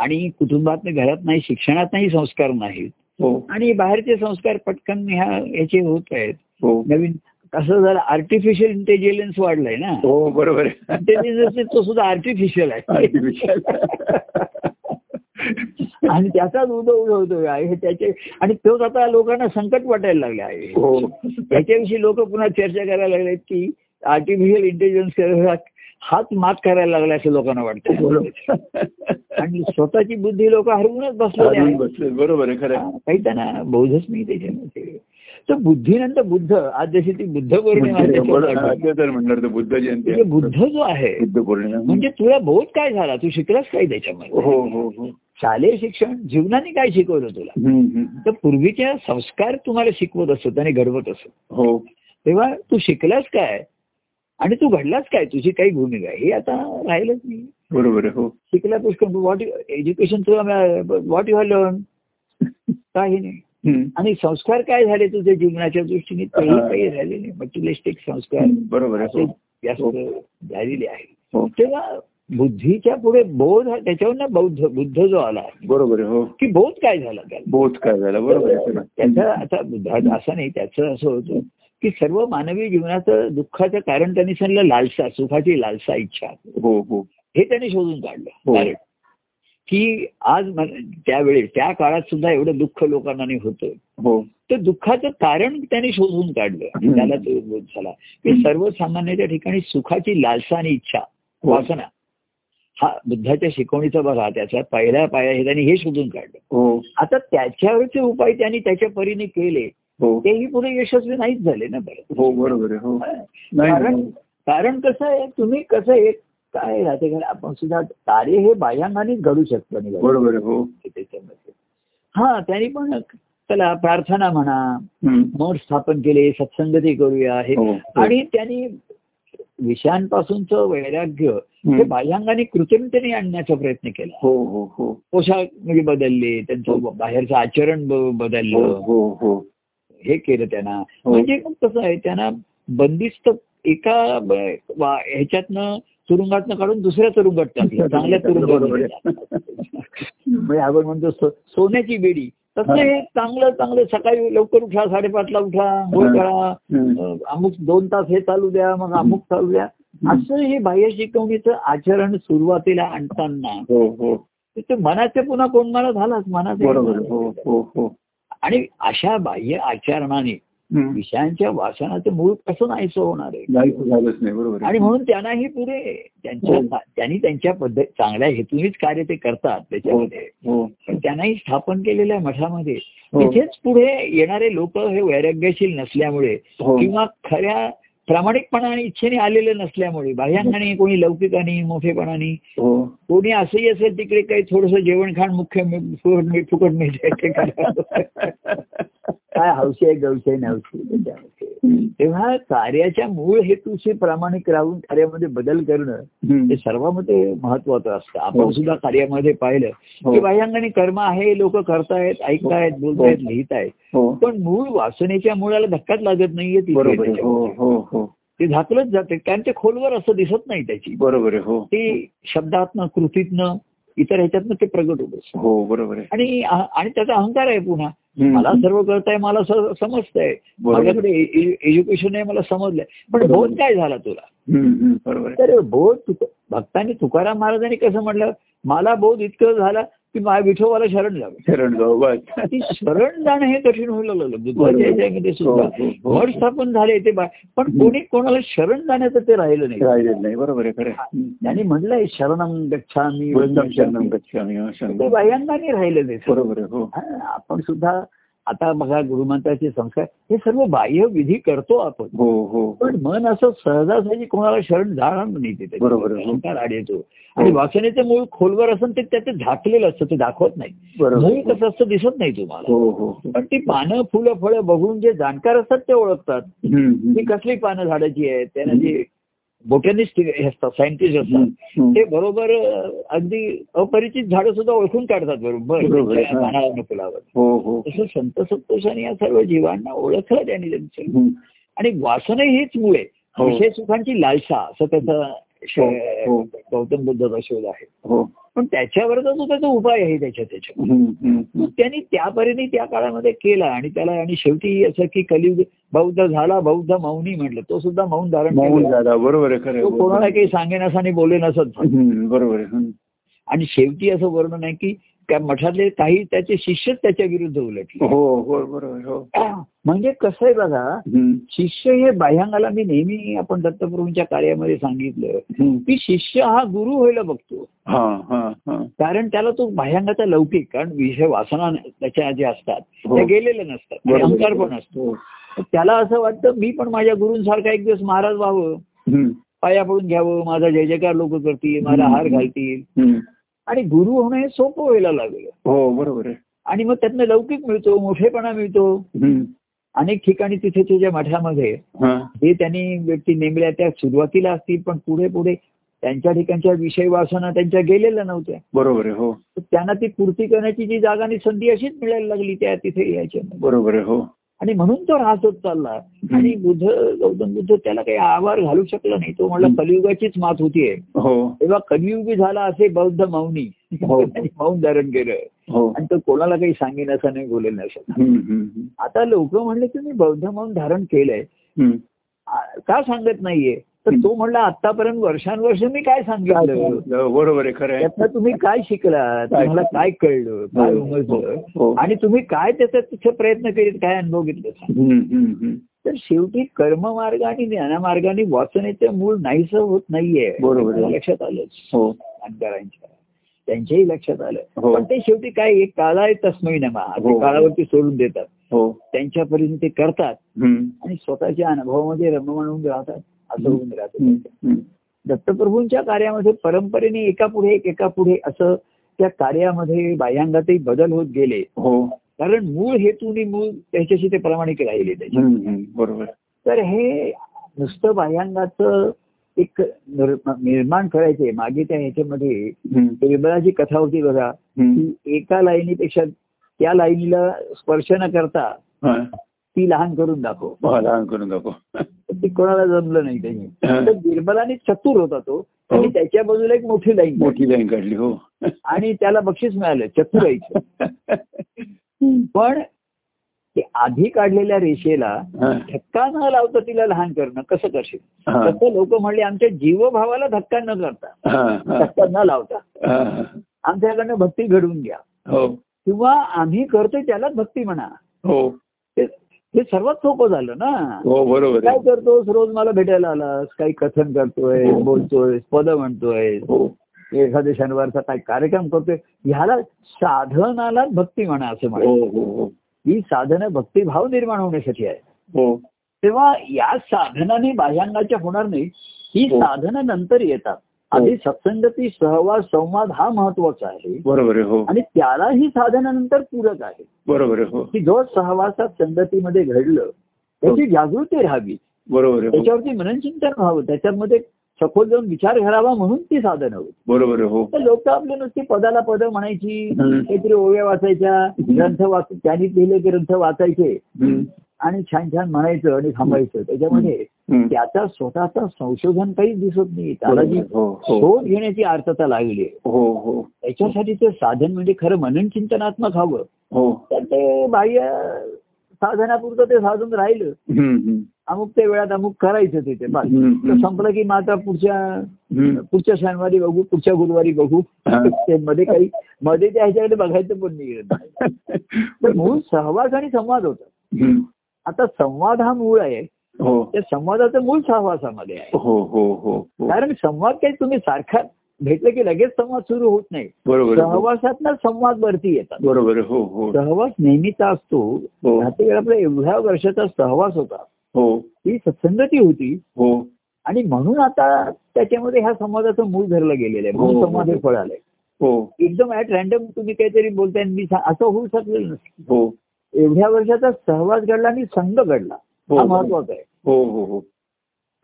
A: आणि कुटुंबात नाही, घरात नाही शिक्षणात नाही संस्कार नाहीत
B: हो
A: आणि बाहेरचे संस्कार पटकन ह्या याचे होत आहेत
B: हो
A: नवीन कसं झालं आर्टिफिशियल इंटेलिजन्स वाढलाय ना
B: हो बरोबर आहे
A: इंटेलिजन्स तो सुद्धा आर्टिफिशियल आहे
B: Artificial.
A: आणि त्याचाच उदो उदो होतोय आहे हे त्याचे आणि तोच आता लोकांना संकट वाटायला लागले आहे
B: हो
A: त्याच्याविषयी लोक पुन्हा चर्चा करायला लागलेत की आर्टिफिशियल इंटेलिजन्स हाच मात करायला लागला असं लोकांना
B: हो,
A: वाटतं आणि स्वतःची बुद्धी लोक हरवूनच बसलेले
B: अजून
A: आहेत
B: बसले बरोबर आहे खरं आहे.
A: काही त्यांना बौद्धच नाही त्याच्यामध्ये तर बुद्धीनंतर बुद्ध आज जशी ती बुद्ध पौर्णिमा आहे
B: म्हणजे बरोबर
A: त्याच्यावर
B: आहे.
A: आठवण.
B: ते तर म्हणणार ते बुद्ध जयंती
A: म्हणजे
B: आहे.
A: बुद्ध जो आहे
B: बुद्ध पौर्णिमा
A: म्हणजे तुला बोध काय झाला तू शिकलास काय
B: हो
A: त्याच्यामध्ये
B: हो हो
A: शालेय शिक्षण जीवनाने काय शिकवलं तुला
B: हम्म, हम्म.
A: तर पूर्वीच्या संस्कार तुम्हाला शिकवत असत आणि घडवत असत
B: हो
A: तेव्हा तू शिकलास काय आणि तू घडलास काय तुझी काही भूमिका आहे? हे आता राहिलंच नाही
B: बरोबर आहे हो
A: शिकला पुष्कळ व्हॉट एज्युकेशन तुला व्हॉट यू हॅव लर्न काही नाही
B: हम्म.
A: आणि संस्कार काय झाले तुझ्या जीवनाच्या दृष्टीने तेही
B: हा.
A: काही झाले नाही मटेरियलिस्टिक संस्कार
B: बरोबर आहे
A: असे
B: हो.
A: जास्त झालेले आहेत
B: हो
A: तेव्हा बुद्धीच्या पुढे बोध हा- त्याच्यावर ना बौद्ध बुद्ध जो आला
B: बरोबर आहे हो
A: की बोध काय झाला त्याला
B: बोध काय झाला बरोबर आहे
A: त्याचा आता बुद्धाचं असं नाही त्याचं असं होतं की सर्व मानवी जीवनाचं दुःखाचं कारण त्यांनी सांगितलं लालसा सुखाची लालसा इच्छा
B: हो हो
A: हे त्यांनी शोधून
B: हो.
A: काढलं कारण की आज मन- त्यावेळी त्या काळात सुद्धा एवढं दुःख लोकांना नाही होतं
B: हो
A: तर दुःखाचं कारण त्याने शोधून काढलं आणि
B: हम्म.
A: त्याला तो बोध झाला की
B: हम्म.
A: सर्वसामान्याच्या ठिकाणी सुखाची लालसा आणि इच्छा
B: हो.
A: वासना हा बुद्धाच्या शिकवणीचा बघा त्याचा पहिला पाया हे त्यांनी हे शोधून काढलं
B: हो
A: आता त्याच्यावरचे उपाय त्यांनी त्याच्या परीने केले
B: हो
A: तेही पुढे यशस्वी नाहीच झाले ना
B: हो बरोबर आहे हो
A: बरं
B: नाही
A: कारण कारण कसं आहे तुम्ही कसं आहे काय राहते कारण आपण सुद्धा कार्य हे बाह्यांगानेच घडू शकतो आणि घडू
B: बरोबर आहे हो
A: शकते त्याच्यामध्ये हा त्यांनी पण त्याला प्रार्थना म्हणा
B: हम्म.
A: मठ स्थापन केले सत्संगती करूया हे
B: हो, हो.
A: आणि त्यांनी विषयांपासूनच वैराग्य
B: हम्म.
A: हे बाह्यांगाने कृत्रिमतेने आणण्याचा प्रयत्न केला
B: हो हो हो
A: पोशाख म्हणजे बदलले त्यांचं बाहेरचं आचरण ब-
B: हो
A: बदललं
B: हो हो
A: हे केलं त्यांना म्हणजे मग कसं आहे त्यांना बंदिस्त एका ब- वा- ह्याच्यातनं तुरुंगातनं काढून दुसऱ्या तुरुंगात टाकलं चांगल्या
B: बरोबर
A: तुरुंगात
B: आहे.
A: म्हणजे आपण म्हणतो सो- सोन्याची बेडी तसं
B: हा.
A: हे चांगलं चांगलं सकाळी लवकर उठा साडेपाचला उठा आंघोळ
B: हा.
A: करा
B: हम्म.
A: अं, अमुक दोन तास हे चालू द्या मग अमुक चालू द्या असं हे बाह्य शिकवणीचं आचरण सुरुवातीला आणताना
B: हो हो
A: ते मनाचे पुन्हा कोंडमारा झालाच
B: बरोबर आहे. हो
A: मनाचे
B: हो हो
A: आणि अशा बाह्य आचरणाने
B: हम्म.
A: विषयांच्या वासनाचं मूळ कसं नाहीसं होणार आहे
B: नाही झालंच नाही बरोबर आहे.
A: आणि म्हणून त्यांनाही पुढे
B: हो.
A: त्यांच्या त्यांनी त्यांच्या पद्धत चांगल्या हेतूनच कार्य ते करतात त्याच्यामध्ये
B: हो
A: पण त्यांनाही स्थापन केलेल्या मठामध्ये
B: हो
A: तिथेच पुढे येणारे लोक हे वैराग्यशील नसल्यामुळे
B: हो
A: किंवा खऱ्या प्रामाणिकपणा आणि इच्छेने आलेले नसल्यामुळे बाह्यांगाने कोणी लौकिकाने मोठेपणाने
B: हो
A: कोणी असंही असेल तिकडे काही थोडस जेवण खाण मुख्य मि- फुकट मि- फुकट मिळते ते काय हौशी आहे गवशी आहे नवशी आहे त्याच्यामध्ये
B: हम्म.
A: तेव्हा कार्याच्या मूळ हेतूशी प्रामाणिक राहून कार्यामध्ये बदल करणं हे
B: हम्म.
A: सर्वांमध्ये महत्वाचं असतं आपण
B: हो.
A: सुद्धा कार्यामध्ये पाहिलं
B: हो.
A: की बाह्यांगाने कर्म आहे लोक करतायत ऐकतायत
B: हो.
A: बोलतायत
B: हो.
A: लिहितायत
B: हो
A: पण मूळ वासनेच्या मुळाला धक्काच लागत नाहीये तिथे
B: बरोबर आहे. हो
A: त्याच्यामध्ये.
B: हो हो
A: ते झाकलंच जाते कारण ते खोलवर असं दिसत नाही त्याची
B: बरोबर आहे हो
A: ते शब्दातनं कृतीतनं इतर ह्याच्यातनं ते प्रगट होत असतं
B: हो बरोबर आहे
A: आणि आणि त्याचा अहंकार आहे पुन्हा
B: हम्म.
A: मला सर्व करताय मला स- समजतंय
B: बरोबर.
A: माझ्याकडे एज्युकेशन आहे मला समजलंय पण
B: बरोबर.
A: बोध काय झाला तुला
B: हम्म, हम्म, बरोबर आहे.
A: तर बोध तुक- भक्तांनी तुकाराम महाराजांनी कसं म्हटलं मला बोध इतकं झाला की मा विठोबाला शरण लागलं
B: शरण जाऊ बस
A: ती शरण जाणं हे कठीण होईल लागलं बुद्धाच्या
B: बरोबर.
A: याच्यामध्ये
B: हो,
A: सुद्धा
B: हो, हो.
A: घट स्थापन झाले ते बा- पण
B: हम्म.
A: कोणी कोणाला शरण जाण्याचं ते राहिलं नाही
B: राहिलेलं नाही बरोबर आहे खरं आहे.
A: त्यांनी म्हणलंय शरणम गच्छामी
B: वृंदम शरणम
A: शरणम
B: गच्छामि, हा, शरणम.
A: ते बाह्यांनी राहिलं नाही सर.
B: बरोबर आहे हो
A: हा, आपण सुद्धा आता बघा गुरुमंत्राचे संस्कार हे सर्व बाह्य विधी करतो आपण
B: हो हो
A: पण मन असं सहजासहजी कोणाला शरण जाणार नाही तिथे
B: बरोबर हो. आहे.
A: अहंकार आड येतो आणि वासनेचं मूळ खोलवर असून ते त्यात झाकलेलं असतं ते दाखवत नाही मूळ
B: बरोबर
A: कसं असतं दिसत नाही तुम्हाला
B: हो हो हो.
A: पण ती पानं फुलं फळं बघून जे जाणकार असतात ते ओळखतात
B: हम्म, हम्म.
A: ही कसली पानं झाडाची आहेत त्यांना जे बोटॅनिस्ट हे असतात सायंटिस्ट असतात
B: हम्म.
A: ते बरोबर अं, अगदी अपरिचित झाडं सुद्धा ओळखून काढतात बरोबर
B: बरोबर आहे.
A: त्या पानावरनं, फुलावर
B: हो हो
A: तसं संत संतोषांनी या सर्व जीवांना ओळखलं त्यांनी त्यांचं
B: हम्म.
A: आणि वासना हेच मुळे
B: हो.
A: विषय सुखांची लालसा असं त्याचा श-
B: हो.
A: गौतम बुद्धाचा शोध आहे
B: हो
A: पण त्याच्यावरचा जो त्याचा उपाय आहे त्याच्या त्याच्या
B: हम्म, हम्म.
A: त्यांनी त्यापर्यंत त्या काळामध्ये केला आणि त्याला आणि शेवटी असं की कलियुग बौद्ध झाला बौद्ध मौनी म्हटलं तो सुद्धा मौन धारण
B: माऊल
A: केलं.
B: दादा बरोबर आहे खरं
A: तो
B: आहे.
A: कोणाला काही सांगे आणि बोले नसत
B: हम्म, बरोबर आहे हम्म.
A: आणि शेवटी असं वर्णन आहे की त्या मठातले काही त्याचे शिष्यच त्याच्या विरुद्ध उलटले
B: हो हो बरोबर आहे, हो
A: म्हणजे कसं आहे बघा
B: हम्म,
A: शिष्य हे बाह्यांगाला मी नेहमी आपण दत्तप्रभूंच्या कार्यामध्ये सांगितलं
B: हम्म.
A: की शिष्य हा गुरु व्हायला बघतो
B: हा हा हा
A: कारण त्याला तो बाह्यांगाचा लौकिक कारण विषय वासना त्याच्या जे असतात
B: हो.
A: त्या गेलेल्या नसतात आणि
B: बरोबर.
A: अहंकार पण असतो
B: हो.
A: तर त्याला असं वाटतं मी पण माझ्या गुरूंसारखा एक दिवस महाराज व्हावं
B: हम्म,
A: पाया पडून घ्यावं माझा जय जयकार लोक करतील मला हार घालतील
B: हम्म.
A: आणि गुरु होणं हे सोपं व्हायला लागलं
B: हो बरोबर आहे
A: आणि मग त्यातनं लौकिक मिळतो मोठेपणा मिळतो
B: हम्म.
A: अनेक ठिकाणी तिथे तुझ्या मठामध्ये
B: हा
A: हे त्यांनी व्यक्ती नेमल्या त्या सुरुवातीला असतील पण पुढे पुढे त्यांच्या ठिकाणच्या विषय वासना त्यांच्या गेलेल्या नव्हत्या
B: बरोबर आहे हो
A: तर त्यांना ती पूर्ती करण्याची जी जागा आणि संधी अशीच मिळायला लागली त्या तिथे यायच्या
B: बरोबर आहे हो
A: आणि म्हणून तो ऱ्हास होत चालला आणि बुद्ध गौतम बुद्ध त्याला काही आभार घालू शकला नाही तो म्हणला
B: हम्म.
A: कलियुगाचीच मात होतीये
B: हो
A: तेव्हा कलियुगी झाला असे बौद्ध मौनी
B: हो.
A: आणि मौन धारण केलं
B: हो
A: आणि तो कोणाला काही सांगेन असं नाही बोलेल असं
B: हम्म, हम्म,
A: आता लोक म्हणले तुम्ही बौद्ध मौन धारण केलंय
B: हम्म.
A: आ- का सांगत नाहीये तर तो म्हणला आतापर्यंत वर्षानुवर्ष मी काय सांगितलं
B: हो, बरोबर आहे खरं आहे
A: त्यातनं तुम्ही काय शिकलात
B: काय
A: तुम्हाला काय कळलं काय
B: हो, हो.
A: उमजलं आणि तुम्ही काय त्याचा तिथे प्रयत्न केले काय अनुभव घेतले सांगा.
B: हम्म, हम्म, हम्म.
A: तर शेवटी कर्ममार्ग आणि ज्ञानमार्गाने वाचनेचं मूळ नाहीसं होत नाहीये
B: बरोबर आहे.
A: लक्षात आलं
B: हो
A: अंतरांच्या त्यांच्याही लक्षात आलं
B: हो.
A: पण ते शेवटी काय एक काळा आहे तस्मै नमा ते
B: हो.
A: काळावरती सोडून देतात
B: हो
A: त्यांच्यापर्यंत ते करतात
B: हम्म,
A: आणि स्वतःच्या अनुभवामध्ये रममाण होऊन राहतात असं होऊन
B: हम्म,
A: राहतात
B: हम्म.
A: दत्तप्रभूंच्या कार्यामध्ये परंपरेने एका पुढे एक एका पुढे असं त्या कार्यामध्ये बाह्यांगातही बदल होत गेले
B: हो
A: कारण मूळ हेतूने मूळ त्याच्याशी ते प्रामाणिक राहिले त्याचे
B: हम्म, हम्म. बरोबर
A: तर हे नुसतं बाह्यांगाचं एक निर्मा- निर्माण करायचे मागे त्या ह्याच्यामध्ये
B: हम्म,
A: विमलाची कथा होती बघा
B: हम्म.
A: की एका लाईनीपेक्षा त्या लाईनीला स्पर्श न करता
B: हा.
A: ती लहान करून दाखव
B: हो, लहान करून दाखव
A: तर ती कोणाला जमलं नाही त्यांनी
B: हा.
A: तर बिरबलाने चतुर होता तो आणि
B: हो.
A: त्याच्या बाजूला एक मोठी लाईन होती
B: मोठी लाईन काढली हो
A: आणि त्याला बक्षीस मिळालं चतुराईचं पण ते आधी काढलेल्या रेषेला
B: हा.
A: धक्का न लावता तिला लहान करणं कसं करशील
B: हा.
A: तसं लोक म्हणले आमच्या जीवभावाला धक्का न करता
B: हा, हा.
A: धक्का न लावता
B: हा.
A: आमच्याकडनं भक्ती घडवून घ्या
B: हो
A: किंवा आम्ही करतोय त्यालाच भक्ती म्हणा
B: हो
A: ते हे सर्वात सोपं झालं ना
B: हो बरोबर
A: काय
B: आहे
A: करतोस रोज मला भेटायला आलास काही कथन करतोय
B: हो.
A: बोलतोय पद म्हणतोय
B: हो
A: एखाद्या शनिवारचा काय कार्यक्रम करतोय ह्याला साधनालाच भक्ती म्हणा असं
B: हो
A: म्हणा
B: हो हो
A: ही साधनं भक्तिभाव निर्माण होण्यासाठी आहे
B: हो
A: तेव्हा या साधनाने बाह्यांगाच्या होणार नाही ही
B: हो.
A: साधनं नंतर येतात आधी सत्संगती सहवास संवाद हा महत्वाचा आहे
B: बरोबर आहे हो
A: आणि त्याला ही साधनानंतर पूरक आहे
B: बरोबर आहे हो
A: की जो सहवासात संगतीमध्ये घडलं त्याची जागृती राहावी
B: बरोबर आहे हो
A: त्याच्यावरती मननचिंतन व्हावं त्याच्यामध्ये सखोल जाऊन विचार घडावा म्हणून ती साधनं होती
B: बरोबर आहे हो
A: तर लोक आपली नुसती पदाला पदं म्हणायची
B: हम्म.
A: काहीतरी ओव्या वाचायच्या ग्रंथ वाच त्यांनी लिहिले ग्रंथ वाचायचे
B: हम्म.
A: आणि छान छान म्हणायचं आणि थांबायचं त्याच्यामध्ये
B: हम्म.
A: त्याचा स्वतःचा संशोधन काहीच दिसत नाही त्याला जी
B: बरोबर. हो हो
A: शोध घेण्याची अर्थता लागली आहे
B: हो हो
A: त्याच्यासाठी ते साधन म्हणजे खरं मनन चिंतनात्मक हवं
B: हो
A: तर ते बाह्य साधनापुरतं ते साधून राहिलं
B: हम्म, हम्म.
A: अमुक त्या वेळात अमुक करायचं तिथे बस
B: हम्म.
A: तर संपलं की मग आता पुढच्या
B: हम्म.
A: पुढच्या शनिवारी बघू पुढच्या गुरुवारी बघू
B: हा.
A: ते मध्ये काही मध्ये त्या ह्याच्याकडे बघायचं पण नाही तर मूळ सहवास आणि संवाद होता
B: हम्म.
A: आता संवाद हा मूळ आहे
B: हो
A: त्या संवादाचं मूळ सहवासामध्ये आहे
B: हो हो हो हो.
A: कारण संवाद काही तुम्ही सारखा भेटलं की लगेच संवाद सुरू होत नाही
B: बरोबर हो.
A: सहवासातनं संवाद वरती येतात
B: बरोबर हो हो
A: सहवास नेहमीचा असतो
B: हो.
A: रात्री आपला एवढ्या वर्षाचा सहवास होता
B: हो
A: ही सत्संगती होती
B: हो
A: आणि म्हणून आता त्याच्यामध्ये ह्या संवादाचं मूळ धरलं गेलेलं आहे
B: हो,
A: मूळ
B: हो,
A: संवाद हे
B: हो.
A: फळ आलंय
B: हो
A: एकदम ऍट रॅन्डम तुम्ही काहीतरी बोलताय आणि मी सा- असं होऊ शकलेलं नसतं
B: हो
A: एवढ्या वर्षाचा सहवास घडला आणि संघ घडला
B: हो.
A: हा महत्वाचा आहे
B: हो हो हो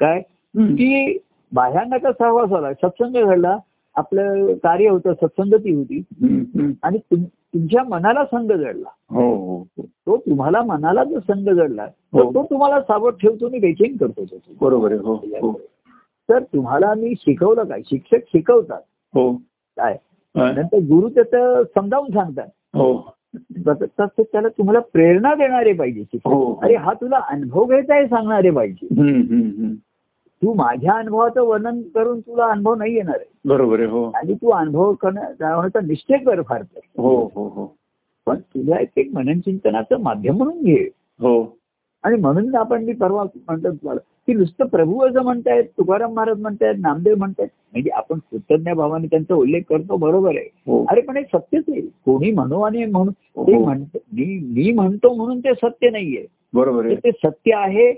A: काय
B: हम्म.
A: की बाह्यांगाचा सहवास झाला सत्संग घडला आपलं कार्य होतं सत्संगती होती
B: हम्म, हम्म.
A: आणि तुम- तुमच्या मनाला संघ जडला
B: हो हो हो.
A: तो तुम्हाला मनाला जो संघ जडला तर
B: हो.
A: तो तुम्हाला सावध ठेवतो आणि बेचैन करतो तो तुम्हाला.
B: बरोबर आहे हो हो
A: तर तुम्हाला मी शिकवलं काय शिक्षक शिकवतात
B: हो
A: काय
B: हा.
A: नंतर गुरु त्याचं समजावून सांगतात
B: हो
A: तसं- तसं त्याला तुम्हाला प्रेरणा देणारे पाहिजे
B: हो.
A: शिक्षक अरे हा तुला अनुभव घ्यायचा आहे सांगणारे पाहिजे
B: हम्म, हम्म, हम्म.
A: तू माझ्या अनुभवाचं वर्णन करून तुला अनुभव नाही येणार आहे
B: बरोबर आहे हो
A: आणि तू अनुभव करणं- जाणवण्याचा निश्चय कर फार तर
B: हो हो हो
A: पण तुला एक एक मनन चिंतनाचं माध्यम म्हणून घे
B: हो
A: आणि म्हणून आपण मी परवा म्हणतो तुम्हाला की नुसतं प्रभू असं म्हणतायत तुकाराम महाराज म्हणतायत नामदेव म्हणतायत म्हणजे आपण कृतज्ञ भावाने त्यांचा उल्लेख करतो बरोबर आहे
B: हो
A: अरे पण हे सत्यच आहे कोणी म्हणूवाने म्हणून ते
B: हो.
A: म्हणत मी मी म्हणतो म्हणून ते सत्य नाहीये
B: बरोबर
A: तर
B: आहे
A: ते सत्य आहे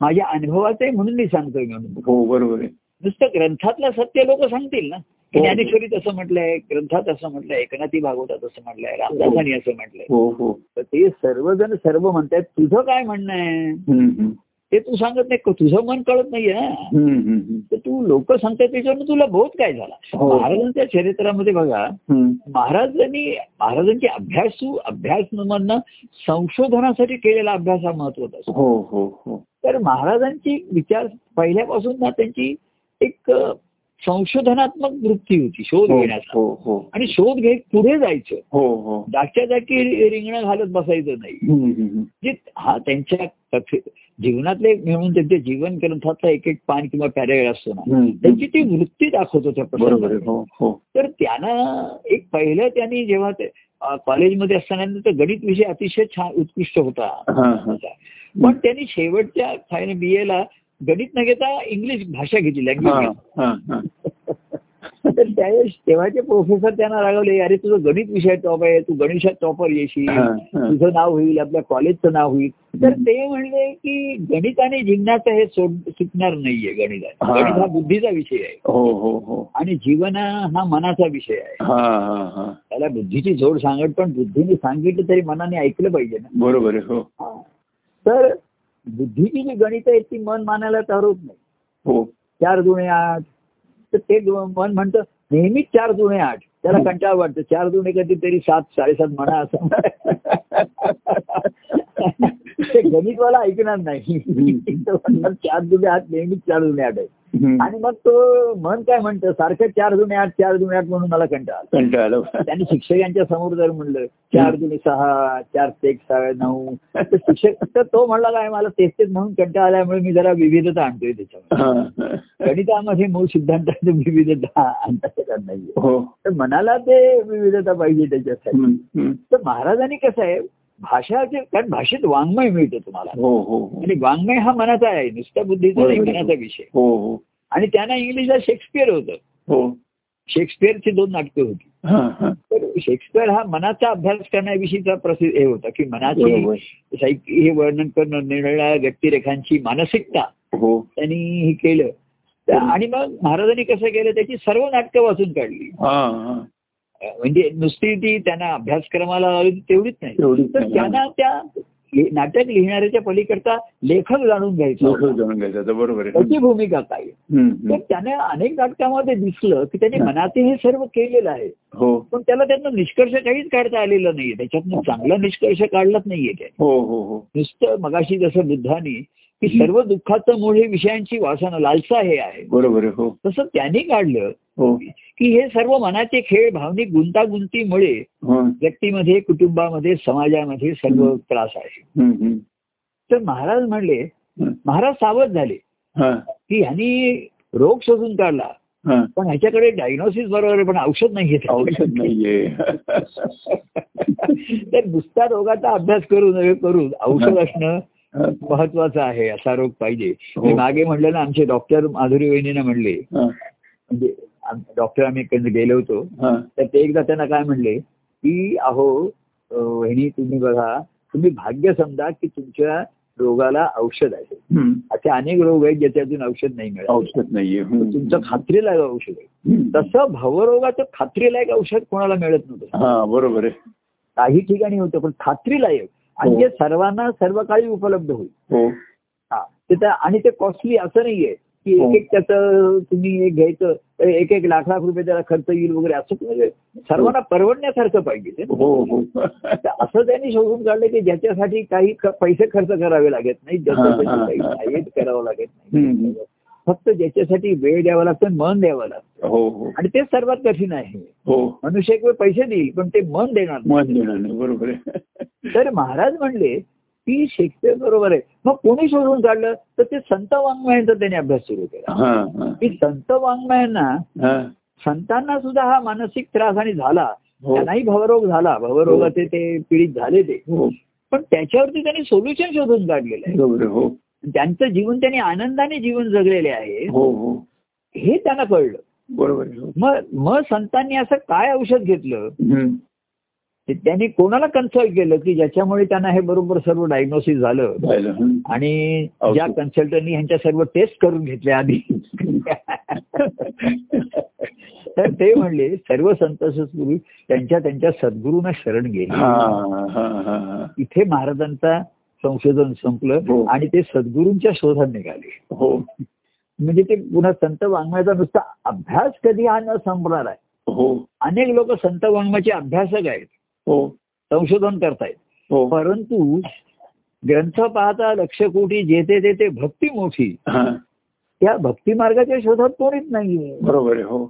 A: माझ्या अनुभवाचं आहे म्हणून मी सांगतोय म्हणून
B: हो बरोबर आहे
A: नुसतं ग्रंथातलं सत्य लोक सांगतील ना
B: हो.
A: ज्ञानेश्वरीत असं म्हटलंय ग्रंथात असं म्हटलंय एकनाथी भागवतात असं म्हटलंय रामदासानी असं म्हटलंय
B: हो हो
A: तर ते सर्वजण सर्व म्हणतायत तुझं काय म्हणणं आहे
B: हम्म, हम्म.
A: ते तू सांगत नाही तुझं मन कळत नाहीये ना
B: हम्म, हम्म, हम्म.
A: तर तू लोक सांगतात त्याच्यावर तुला बोध काय झाला
B: हो.
A: महाराजांच्या चरित्रामध्ये बघा
B: हम्म.
A: महाराजांनी महाराजांचे अभ्यासू अभ्यास म्हणणं संशोधनासाठी केलेला अभ्यास हा महत्वाचा असतो
B: हो हो हो
A: तर महाराजांची विचार पहिल्यापासून ना त्यांची एक अ, संशोधनात्मक वृत्ती होती शोध
B: हो
A: घेण्याचा
B: हो हो
A: आणि शोध घेत पुढे जायचं
B: हो हो
A: जागच्या जागी रिंगणं घालत बसायचं नाही
B: हम्म, हम्म, हम्म.
A: जे हा त्यांच्या कथे जीवनातले म्हणून त्यांच्या जीवन ग्रंथातला एक एक पान किंवा पॅरेग्राफ असतो ना
B: हम्म,
A: त्यांची ती वृत्ती दाखवतो त्या
B: बरोबर
A: प्रसंगात
B: आहे हो हो
A: तर त्यांना एक पहिलं त्यांनी जेव्हा ते अ, कॉलेजमध्ये असताना तर गणित विषय अतिशय छान उत्कृष्ट होता
B: हा हा
A: पण त्यांनी शेवटच्या फायनल बी एला गणित न घेता इंग्लिश भाषा घेतली
B: हा
A: लँग्वेज
B: हा हा
A: तर त्यावेळेस तेव्हाचे प्रोफेसर त्यांना रागवले अरे तुझं गणित विषयात टॉप आहे तू गणिशात टॉपर येशील
B: हा, हा.
A: तुझं नाव होईल आपल्या कॉलेजचं नाव होईल तर ते म्हणले की गणित आणि जिज्ञासा हे सोड सुटणार नाहीये गणिताने
B: हा.
A: गणित हा बुद्धीचा विषय आहे
B: हो हो हो
A: आणि जीवन हा मनाचा विषय आहे
B: हा हा हा
A: त्याला बुद्धीची जोड सांगत पण बुद्धीने सांगितलं तरी मनाने ऐकलं पाहिजे ना
B: बरोबर आहे हो
A: हा. तर बुद्धीची जी गणित आहेत ती मन मानायला तरवत नाही
B: हो
A: चार जुने आठ तर ते दु- मन म्हणतं नेहमीच चार जुने आठ त्याला कंटाळ वाटतं चार जुने कधीतरी सात साडेसात म्हणा असं ते गणितवाला ऐकणार नाही तो म्हणणार चार जुने आठ नेहमीच चार जुने आठ आहे
B: हम्म.
A: आणि मग तो मन काय म्हणतं सारखं चार जुने आठ चार जुने आठ म्हणून मला कंटाळ आला.
B: कंटाळा आला.
A: त्याने शिक्षकांच्या समोर जर म्हणलं चार जुने सहा चार ते एक सहा नऊ तर शिक्षक तर तो म्हणला काय मला तेच तेच म्हणून कंटाळ आल्यामुळे मी जरा विविधता आणतोय त्याच्यामध्ये
B: हा, हा.
A: गणितामध्ये मूळ सिद्धांतात विविधता आणता येणार नाहीये
B: हो
A: तर मनाला ते विविधता पाहिजे त्याच्यासाठी
B: हम्म, हम्म.
A: तर महाराजांनी कसं आहे भाषाचे कारण भाषेत वाङ्मय मिळतं तुम्हाला
B: हो हो हो
A: आणि वाङ्मय हा मनाचा आहे नुसत्या बुद्धीचा नाही
B: बरोबर.
A: मनाचा विषय
B: हो हो
A: आणि त्यांना इंग्लिशला शेक्सपियर होतं
B: हो
A: शेक्सपियरची दोन नाटकं होती
B: हा, हा.
A: तर शेक्सपियर हा मनाचा अभ्यास करण्याविषयीचा प्रसिद्ध हे होता की मनाची
B: बरोबर.
A: साहित्य- हे वर्णन करणं निर्णया व्यक्तिरेखांची मानसिकता
B: हो
A: त्यांनी हे केलं तर आणि मग महाराजांनी कसं केलं त्याची सर्व नाटकं वाचून काढली
B: हा हा
A: अं, म्हणजे नुसती ती त्यांना अभ्यासक्रमाला लावली तेवढीच नाही
B: एवढीच
A: तर
B: नाही.
A: त्यांना त्या हे- नाटक लिहिणाऱ्याच्या पलीकडचा लेखक जाणून घ्यायचा
B: लोकं
A: होता.
B: जाणून घ्यायचं आता बरोबर आहे
A: त्याची भूमिका काय आहे?
B: हम्म,
A: तर
B: हम्म.
A: त्याने अनेक नाटकामध्ये दिसलं की त्याने
B: हा.
A: मनाचे हे सर्व केलेलं आहे
B: हो
A: पण त्याला त्यांना निष्कर्ष काहीच काढता आलेला नाहीये त्याच्यातनं चांगला निष्कर्ष काढलाच नाहीये ते
B: हो हो हो
A: नुसतं मगाशी जसं बुद्धानी की
B: हं.
A: सर्व दुःखाचं मूळ हे विषयांची वासना लालसा हे आहे
B: बरोबर आहे हो
A: तसं त्यांनी काढलं
B: हो
A: की हे सर्व मनाचे खेळ भावनिक गुंतागुंतीमुळे
B: हं.
A: व्यक्तीमध्ये कुटुंबामध्ये समाजामध्ये सर्व
B: हं.
A: त्रास आहे
B: हं, हं.
A: तर महाराज म्हणले
B: हं.
A: महाराज सावध झाले
B: हं.
A: की ह्यांनी रोग शोधून काढला
B: हं.
A: पण ह्याच्याकडे डायग्नोसिस बरोबर आहे पण औषध नाहीये
B: औषध नाहीये
A: तर नुसता रोगाचा अभ्यास करून हे करून औषध असणं महत्वाचं आहे असा रोग पाहिजे मी
B: हो.
A: मागे म्हणलं ना आमचे डॉक्टर माधुरी वहिनीनं म्हणले
B: हं.
A: म्हणजे आम- डॉक्टर आम्ही इकडनं गेलो होतो
B: हं.
A: तर ते एकदा त्यांना काय म्हणले की अहो अ, वहिनी तुम्ही बघा तुम्ही भाग्य समजा की तुमच्या रोगाला औषध आहे
B: हं.
A: असे अनेक रोग आहेत ज्याच्यातून औषध नाही मिळत
B: औषध नाहीये हं.
A: तुमचं खात्रीलायक औषध आहे
B: हं.
A: तसं भवरोगाचं खात्रीलायक औषध कोणाला मिळत नव्हतं
B: हा बरोबर आहे
A: काही ठिकाणी होतं पण खात्रीलायक आणि
B: हो.
A: जे सर्वांना सर्व काळी उपलब्ध होईल
B: हो
A: हा ते त्या- आणि ते कॉस्टली असं नाहीये की
B: हो.
A: एक एक त्याचं तुम्ही एक घ्यायचं तर एक एक लाख लाख रुपये त्याला खर्च येईल वगैरे असं तुम्ही- सर्वांना परवडण्यासारखं पाहिजे ते.
B: हो हो
A: तर असं त्यांनी शोधून काढलं की ज्याच्यासाठी काही ख- पैसे खर्च करावे लागत नाही
B: हा,
A: ज्याच्यासाठी
B: हा,
A: काही
B: हा.
A: साह्यच करावं लागत
B: हम्म.
A: नाही फक्त ज्याच्यासाठी वेळ द्यावा लागतो मन द्यावं लागतं
B: हो हो
A: आणि ते सर्वात कठीण आहे
B: हो
A: मनुष्य एक वेळ पैसे देईल पण ते मन देणार नाही.
B: मन देणार नाही बरोबर आहे
A: तर महाराज म्हणले की शेक्सपियर बरोबर आहे मग कोणी शोधून काढलं तर ते संत वाङ्मयांचा त्यांनी अभ्यास सुरू केला
B: हा हा
A: की संत वाङ्मयांना
B: हा
A: संतांना सुद्धा हा मानसिक त्रास आणि झाला
B: हो
A: त्यांनाही भवरोग झाला भवरोगाचे ते पीडित झाले ते
B: हो
A: पण त्याच्यावरती त्यांनी सोल्युशन शोधून काढलेलं आहे
B: बरोबर आहे. हो
A: त्यांचं जीवन त्यांनी आनंदाने जीवन जगलेले आहे
B: हो हो
A: हे त्यांना कळलं
B: बरोबर आहे. हो
A: मग मग संतांनी असं काय औषध घेतलं
B: हम्म.
A: ते त्यांनी कोणाला कन्सल्ट केलं की ज्याच्यामुळे त्यांना हे बरोबर सर्व डायग्नोसिस झालं
B: पाहिलं हम्म.
A: आणि
B: औषध.
A: ज्या कन्सल्टंटनी ह्यांच्या सर्व टेस्ट करून घेतल्या आधी तर ते म्हणले सर्व संत सद्गुरू त्यांच्या त्यांच्या सद्गुरूंना शरण
B: हा
A: गेले
B: हा हा हा.
A: इथे महाराजांचा संशोधन
B: हो.
A: संपलं आणि ते सद्गुरूंच्या शोधात निघाले
B: हो
A: म्हणजे ते पुन्हा संत वाङ्मयाचा नुसता अभ्यास कधी हा न संपणार आहे
B: हो
A: अनेक लोक संत वाङ्मयाचे अभ्यासक आहेत
B: हो
A: संशोधन करतायत
B: हो
A: परंतु ग्रंथ पाहता लक्ष कोटी जेते ते ते भक्ती मोठी
B: हा
A: त्या भक्ती मार्गाच्या शोधात कोणीच नाहीये
B: बरोबर आहे. हो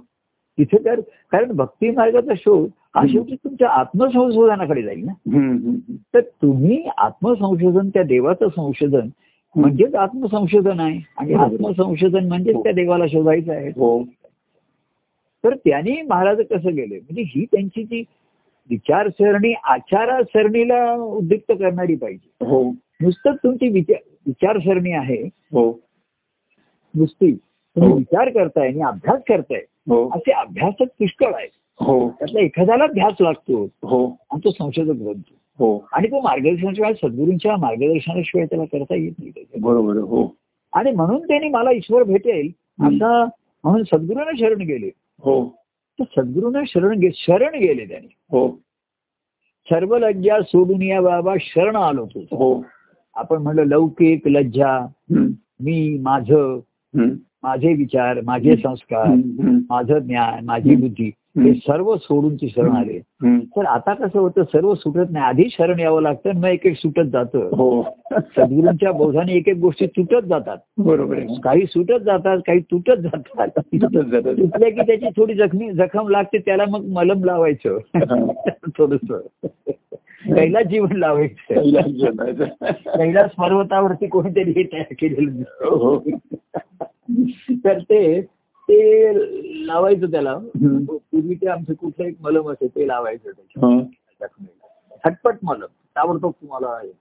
A: तिथे तर कारण भक्ती मार्गाचा शोध हा शेवटी तुमच्या आत्मसंशोधनाकडे जाईल ना
B: हम्म, हम्म, हम्म.
A: तर तुम्ही आत्मसंशोधन त्या देवाचं संशोधन म्हणजेच आत्मसंशोधन आहे आणि
B: बरोबर.
A: आत्मसंशोधन म्हणजेच त्या देवाला शोधायचं आहे
B: हो
A: तर त्यांनी महाराज कसं गेले म्हणजे ही त्यांची जी विचारसरणी आचारसरणीला उद्युक्त करणारी पाहिजे
B: हो
A: नुसतं तुमची विचार विचारसरणी आहे
B: हो
A: नुसती तुम्ही
B: हो.
A: विचार करताय आणि अभ्यास करताय
B: हो
A: असे अभ्यासक पुष्कळ आहेत
B: हो
A: त्यातला एखाद्याला ध्यास लागतो
B: हो
A: आणि तो संशोधक बनतो
B: हो
A: आणि तो मार्गदर्शनाशिवाय सद्गुरूंच्या मार्गदर्शनाशिवाय त्याला करता येत नाही त्याच्यात.
B: बरोबर आहे. हो
A: आणि म्हणून त्यांनी मला ईश्वर भेटेल असा म्हणून सद्गुरूंना शरण गेले
B: हो
A: तर सद्गुरूंना शरण गे शरण गेले त्यांनी
B: हो
A: सर्व लज्जा सोडून या बाबा शरण आलो तुझं
B: हो
A: आपण म्हणलं लौकिक लज्जा
B: हम्म,
A: मी माझं
B: हम्म,
A: माझे विचार माझे संस्कार
B: हम्म, हम्म,
A: माझं ज्ञान माझी बुद्धी
B: हम्म.
A: हे सर्व सोडून ती शरण आले
B: हम्म.
A: तर आता कसं होतं सर्व सुटत नाही आधी शरण यावं लागतं आणि मग एक एक सुटत जातं
B: हो
A: सद्गुरूंच्या बोधाने एक एक गोष्टी तुटत जातात
B: बरोबर आहे.
A: काही सुटत जातात काही तुटत जातात
B: जातात, जातात.
A: तुटल्या की त्याची थोडी जखमी जखम लागते त्याला मग मलम लावायचं थोडस पहिला जीवन लावायचं
B: कैलास जातात.
A: कैलास पर्वतावरती कोणीतरी हे तयार केलेलं
B: हो
A: तर ते ते लावायचं त्याला
B: हं.
A: पूर्वी ते आमचं कुठलं एक मलम असे ते लावायचं त्याच्या
B: हो
A: जखमेला झटपट मलम ताबडतोब तुम्हाला हे.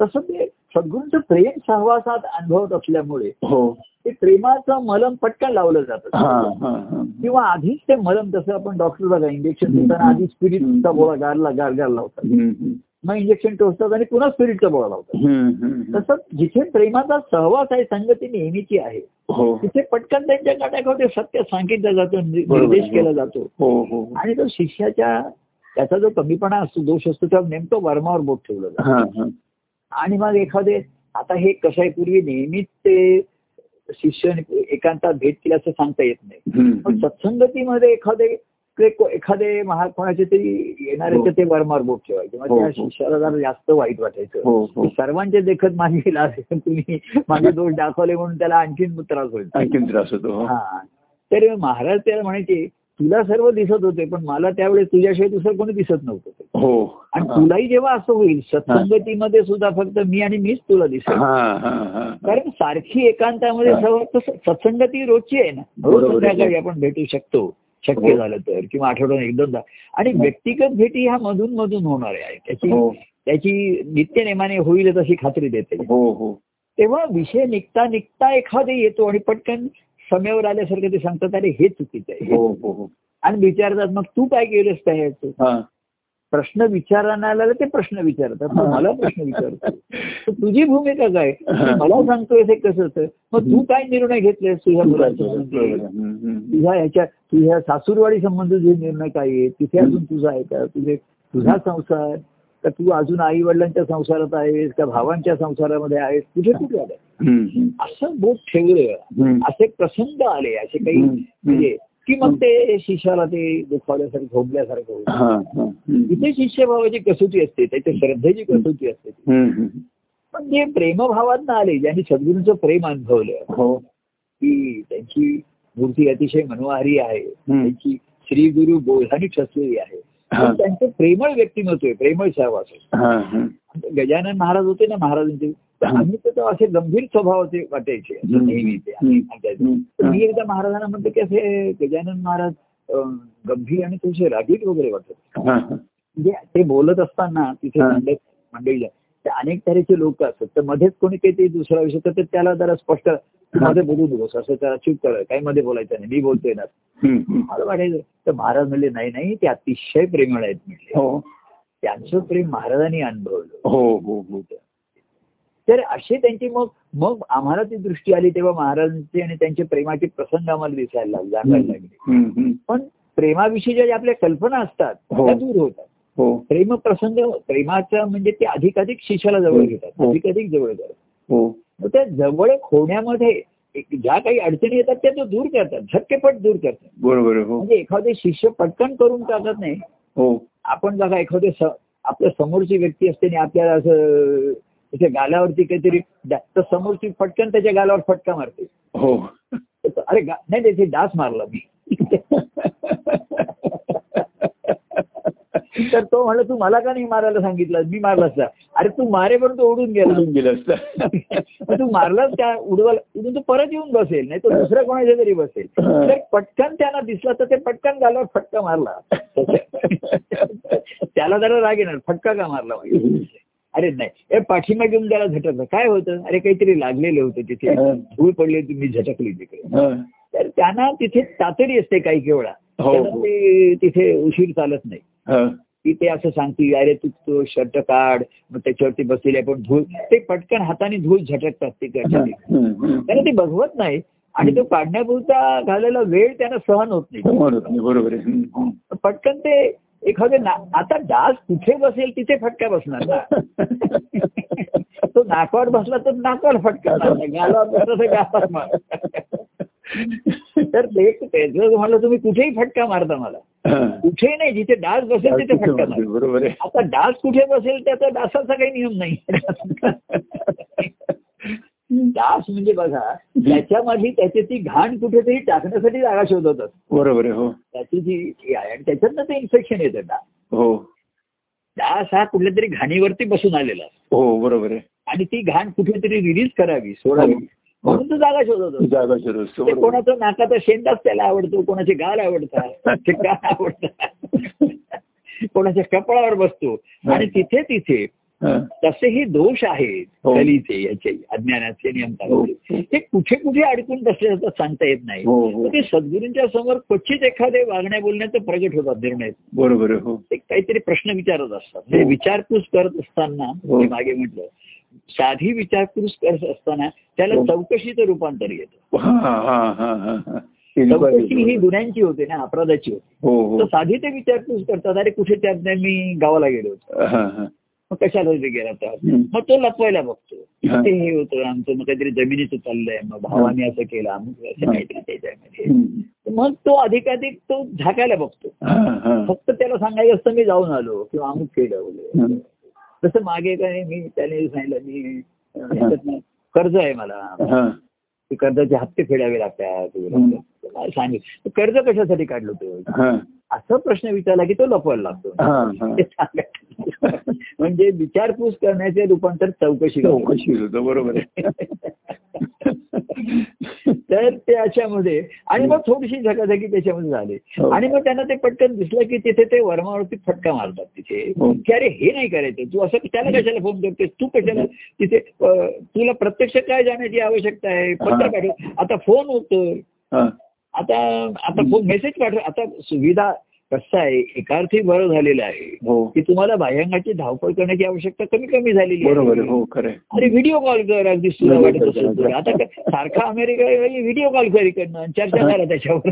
A: तसं ते सद्गुरूंचं प्रेम सहवासात अनुभवत असल्यामुळे
B: हो
A: ते प्रेमाचं मलम पटकन लावलं जातं
B: हा हा हा
A: किंवा आधीच ते मलम तसं आपण डॉक्टर बघा इंजेक्शन देताना आधी स्पिरिटचा गोळा गारला गार गार लावतात
B: हम्म, हम्म.
A: मग इंजेक्शन टोचतात आणि पुन्हा स्पिरिटचा गोळा लावतात
B: हम्म, हम्म.
A: तसं जिथे प्रेमाचा सहवास आहे संगती नेहमीची आहे
B: हो
A: तिथे पटकन त्यांच्या काट्याकडे सत्य सांगितलं जातं नि-
B: बरोबर.
A: निर्देश केला जातो
B: हो हो
A: आणि तो शिष्याच्या त्याचा जो कमीपणा असतो दोष असतो त्यावर नेमकं वर्मावर बोट ठेवलं जातं
B: हा हा
A: आणि मग एखादे आता हे कसं आहे पूर्वी नेहमीच ते शिष्य एकांतात भेट केली असं सांगता येत नाही पण
B: हम्म.
A: सत्संगतीमध्ये एखादे ते को- एखादे महा कोणाचे तरी येणाऱ्याचे ते वरमार बोट ठेवायचे मग
B: हो,
A: त्या
B: हो.
A: शिष्याला जरा जास्त वाईट वाटायचं
B: हो हो
A: की सर्वांचे देखत माझे इलाज आहे. तुम्ही माझे दोष दाखवले म्हणून त्याला आणखीन त्रास होईल
B: आणखीन त्रास होतो हो
A: हा तर महाराज त्याला म्हणायचे तुला सर्व दिसत होते पण मला त्यावेळेस तुझ्याशिवाय दुसरं कोणी दिसत नव्हतं
B: हो
A: आणि तुलाही जेव्हा असं होईल सत्संगतीमध्ये सुद्धा फक्त मी आणि मीच तुला दिसेल
B: हा हा हा हा
A: कारण सारखी एकांतामध्ये
B: हा.
A: सर्व तसं- सत्संगती रोजची आहे ना रोज
B: बरोबर आहे.
A: संध्याकाळी आपण भेटू शकतो शक्य
B: हो.
A: झालं तर किंवा आठवड्यात एक दोनदा आणि
B: हो.
A: व्यक्तिगत भेटी ह्या मधून मधून होणार आहे त्याची
B: हो
A: त्याची नित्यनेमाने होईल अशी खात्री देते
B: हो हो
A: तेव्हा विषय निघता निघता एखादे येतो आणि पटकन समेवर आल्यासारखं ते सांगतात अरे हे चुकीचं आहे
B: हो
A: हे-
B: हो हो
A: आणि विचारतात मग तू काय केलंस काय याचं?"
B: हा
A: प्रश्न विचारायला ते प्रश्न विचारतात मग मला प्रश्न विचारतो तर तुझी भूमिका काय
B: हा.
A: मला सांगतोय हे कसं होतं मग तू काय निर्णय घेतलेस तुझ्या मुलाच्या संबंधी?
B: हम्म,
A: तुझ्या ह्याच्या तुझ्या सासूरवाडी संबंधी जे निर्णय काय आहे तिथे अजून तुझा आहे का तुझे तुझा संसार का तू अजून आई वडिलांच्या संसारात आहेस का भावांच्या संसारामध्ये आहेस तुझे कुठे आलं
B: हम्म,
A: असं बोट ठेवलं
B: हम्म.
A: असे प्रसंग आले असे काही
B: हम्म.
A: म्हणजे की मग ते शिष्याला ते दुखावल्यासारखं झोपल्यासारखं होतं
B: हा, हा. हम्म,
A: इथे शिष्यभावाची कसोटी असते त्याच्या श्रद्धेची कसोटी असते
B: हम्म.
A: पण जे प्रेमभावांना आले ज्यांनी सद्गुरूंचं प्रेम अनुभवलं
B: हो
A: की त्यांची मूर्ती अतिशय मनोहारी आहे
B: हम्म.
A: त्यांची श्री गुरु बोधानी ठसलेली आहे
B: हा.
A: पण त्यांचं प्रेमळ व्यक्तिमत्व आहे प्रेमळ सहवास आहे.
B: हा, हा.
A: आता गजानन महाराज होते ना महाराजांचे तर
B: हम्म.
A: आम्ही तर तेव्हा असे गंभीर स्वभावाचे वाटायचे असं
B: हम्म.
A: नेहमी ते
B: हम्म.
A: सांगायचे.
B: हम्म.
A: तर मी एकदा महाराजांना म्हणतो की असे गजानन महाराज अं, गंभीर आणि थोडेसे रागीट वगैरे वाटत
B: हा, हा.
A: म्हणजे ते बोलत असताना तिथे
B: हा.
A: मंडळी मंडळीला ते अनेक तऱ्हेचे लोक असतात तर मध्येच कोणी काहीतरी दुसरा विषय तर ते त्याला जरा स्पष्ट तू
B: हा.
A: मध्ये बोलू नकोस असं त्याला चूक कळ काही मध्ये बोलायचं नाही मी बोलतोय ना
B: हम्म, हम्म.
A: मला वाटायचं तर महाराज म्हणले नाही नाही ते अतिशय प्रेमळ आहेत म्हणजे
B: हो
A: त्यांचं प्रेम महाराजांनी अनुभवलं
B: हो हो हो
A: तर असे त्यांची मग मग आम्हाला ती दृष्टी आली तेव्हा महाराजांचे आणि त्यांचे प्रेमाचे प्रसंग आम्हाला दिसायला लागले जाणवायला लागले
B: हम्म, हम्म.
A: पण प्रेमाविषयी ज्या ज्या आपल्या कल्पना असतात
B: हो.
A: त्या दूर होतात
B: हो
A: प्रेम प्रसंग प्रेमाचा म्हणजे ते अधिकाधिक शिष्याला जवळ घेतात
B: हो.
A: अधिकाधिक जवळ करतात
B: हो
A: मग त्या जवळ होण्यामध्ये एक- ज्या काही अडचणी येतात त्या तो दूर करतात झटकेपट दूर करतात
B: बरोबर आहे. हो
A: म्हणजे एखादे शिष्य पटकन करून टाकत नाही
B: हो
A: आपण बघा एखादे स- आपल्या समोरची व्यक्ती असते आणि आपल्याला असं त्याच्या गालावरती काहीतरी डा- तर समोरची पटकन त्याच्या गालावर फटका मारते
B: हो
A: तर अरे गा- नाही त्याचे डास मारला मी तर तो म्हणला तू मला का नाही मारायला सांगितलं मी मारला असता अरे तू मारेपर्यंत ओढून गेला
B: उडून गेलं असतं
A: मग तू मारलास त्या उडवाला उडून तो परत येऊन बसेल नाही तो दुसऱ्या कोणाच्या तरी बसेल तर पटकन त्यांना दिसला तर ते पटकन गालावर फटका मारला त्याला जरा राग येणार फटका का मारला मागे? अरे नाही ए पाठीमागे येऊन त्याला झटकलं काय होतं अरे काहीतरी लागलेलं होतं तिथे धूळ पडली होती मी झटकली तिकडे
B: हा.
A: तर त्यांना तिथे तातडी असते काही केवळा
B: हो,
A: त्यांना
B: हो.
A: ते तिथे उशीर चालत नाही
B: हा.
A: की ते असं सांगतील अरे तू तो शर्ट काढ मग त्याच्यावरती बसलेली आपण धूळ ते पटकन हाताने धूळ झटकतात तिकडच्या तिकडे.
B: हम्म, हम्म.
A: त्यांना ते बघवत नाही आणि तो काढण्यापुरता घाललेला वेळ त्यांना सहन होत नाही
B: समोर होतं. बरोबर आहे हम्म, हम्म.
A: पटकन ते एखादे ना आता डास कुठे बसेल तिथे फटका बसणार ना तो नाकावर बसला तर नाकावर फटका मारणार. गालावर बसला तर गालावर मारणार. तर ते त्याचं म्हणलं तुम्ही कुठेही फटका मारता मला
B: हा.
A: कुठेही नाही जिथे डास बसेल तिथे फटका मारता
B: बरोबर आहे
A: आता डास कुठे बसेल त्याचा डासाचा काही नियम नाही डास म्हणजे बघा त्याच्यामध्ये त्याची ती घाण कुठेतरी टाकण्यासाठी जागा शोधतात
B: बरोबर आहे हो
A: त्याची जी हे आहे आणि त्याच्यातनं ते इन्फेक्शन येतं डास
B: हो
A: डास हा कुठल्या तरी घाणीवरती बसून आलेला असतो.
B: हो बरोबर आहे
A: आणि ती घाण कुठेतरी रिलीज करावी सोडावी
B: हो.
A: म्हणून तो जागा शोधत असतो.
B: जागा शोधू असतो
A: ते
B: बरोबर
A: कोणाचा नाकाचा शेंडाच त्याला आवडतो कोणाचे गाल आवडतात ते गाल आवडतात कोणाच्या कपाळावर बसतो आणि
B: हो.
A: तिथे तिथे
B: हा.
A: तसेही दोष आहेत
B: हो.
A: कलीचे याचे अज्ञानाचे नियमकाराचे
B: हो.
A: ते कुठे कुठे अडकून बसले जातात सांगता येत नाही
B: हो हो
A: तर ते सद्गुरूंच्या समोर क्वचित एखादे वागण्या बोलण्याचं प्रगट होतात निर्णय
B: बरोबर आहे हो
A: ते काहीतरी प्रश्न विचारत असतात ते
B: हो.
A: विचारपूस करत असताना
B: हो.
A: मी मागे म्हटलं साधी विचारपूस करत असताना त्याला
B: हो.
A: चौकशीचं रूपांतर येतं
B: हा हा हा हा हा.
A: चौकशी ही गुन्ह्यांची होते ना अपराधाची होती
B: हो
A: तर
B: हो
A: साधी ते विचारपूस करतात अरे कुठे त्यात नाही मी गावाला गेलो होतो
B: हा हा
A: मग कशाला ते गेला होता
B: हम्म.
A: मग तो लपवायला बघतो
B: हा.
A: ते हे होतं आमचं मग काहीतरी जमिनीचं चाललंय मग भावाने असं केलं आम्ही असं
B: हा.
A: काहीतरी त्याच्यामध्ये
B: हम्म.
A: मग तो अधिकाधिक तो झाकायला बघतो
B: हा हा
A: फक्त त्याला सांगायचं असतं मी जाऊन आलो किंवा अमुक केलं वगैरे
B: हम्म.
A: तसं मागे काय मी त्याने सांगितलं मी
B: हा.
A: ह्याच्यातनं कर्ज आहे मला
B: हा
A: ते कर्जाचे हप्ते फेडावे लागतात
B: हम्म.
A: काय सांगितलं कर्ज कशासाठी काढलं होतं
B: हा,
A: असा प्रश्न विचारला की तो लपवायला लागतो
B: हा, हा.
A: ते सांगा. म्हणजे विचारपूस करण्याचे रूपांतर चौकशी
B: चौकशी होतं बरोबर आहे
A: तर ते अशामध्ये आणि मग थोडीशी झकाझकी त्याच्यामध्ये झाली
B: हो.
A: आणि मग त्यांना ते पटकन दिसलं की तिथे ते वर्मावरती फटका मारतात
B: हो.
A: तिथे की अरे हे नाही करायचं तू असं त्याला कशाला फोन करतेस तू कशाला तिथे अं, तुला प्रत्यक्ष काय जाण्याची आवश्यकता आहे पत्र
B: हा.
A: पाठव आता फोन होतो
B: हा,
A: आता आता फोन मेसेज पाठव आता सुविधा कसं आहे एकार्थी बरं झालेलं आहे
B: हो
A: की तुम्हाला बाह्यांगाची धावपळ करण्याची आवश्यकता कमी कमी झालेली
B: बरोबर आहे
A: आहे
B: हो खरं आहे.
A: अरे व्हिडिओ कॉल कर अगदी तुला वाटत असेल तर.
B: बरोबर.
A: आता काय, सारखा अमेरिका व्हिडिओ कॉल करी करणं आणि चर्चा करा त्याच्यावर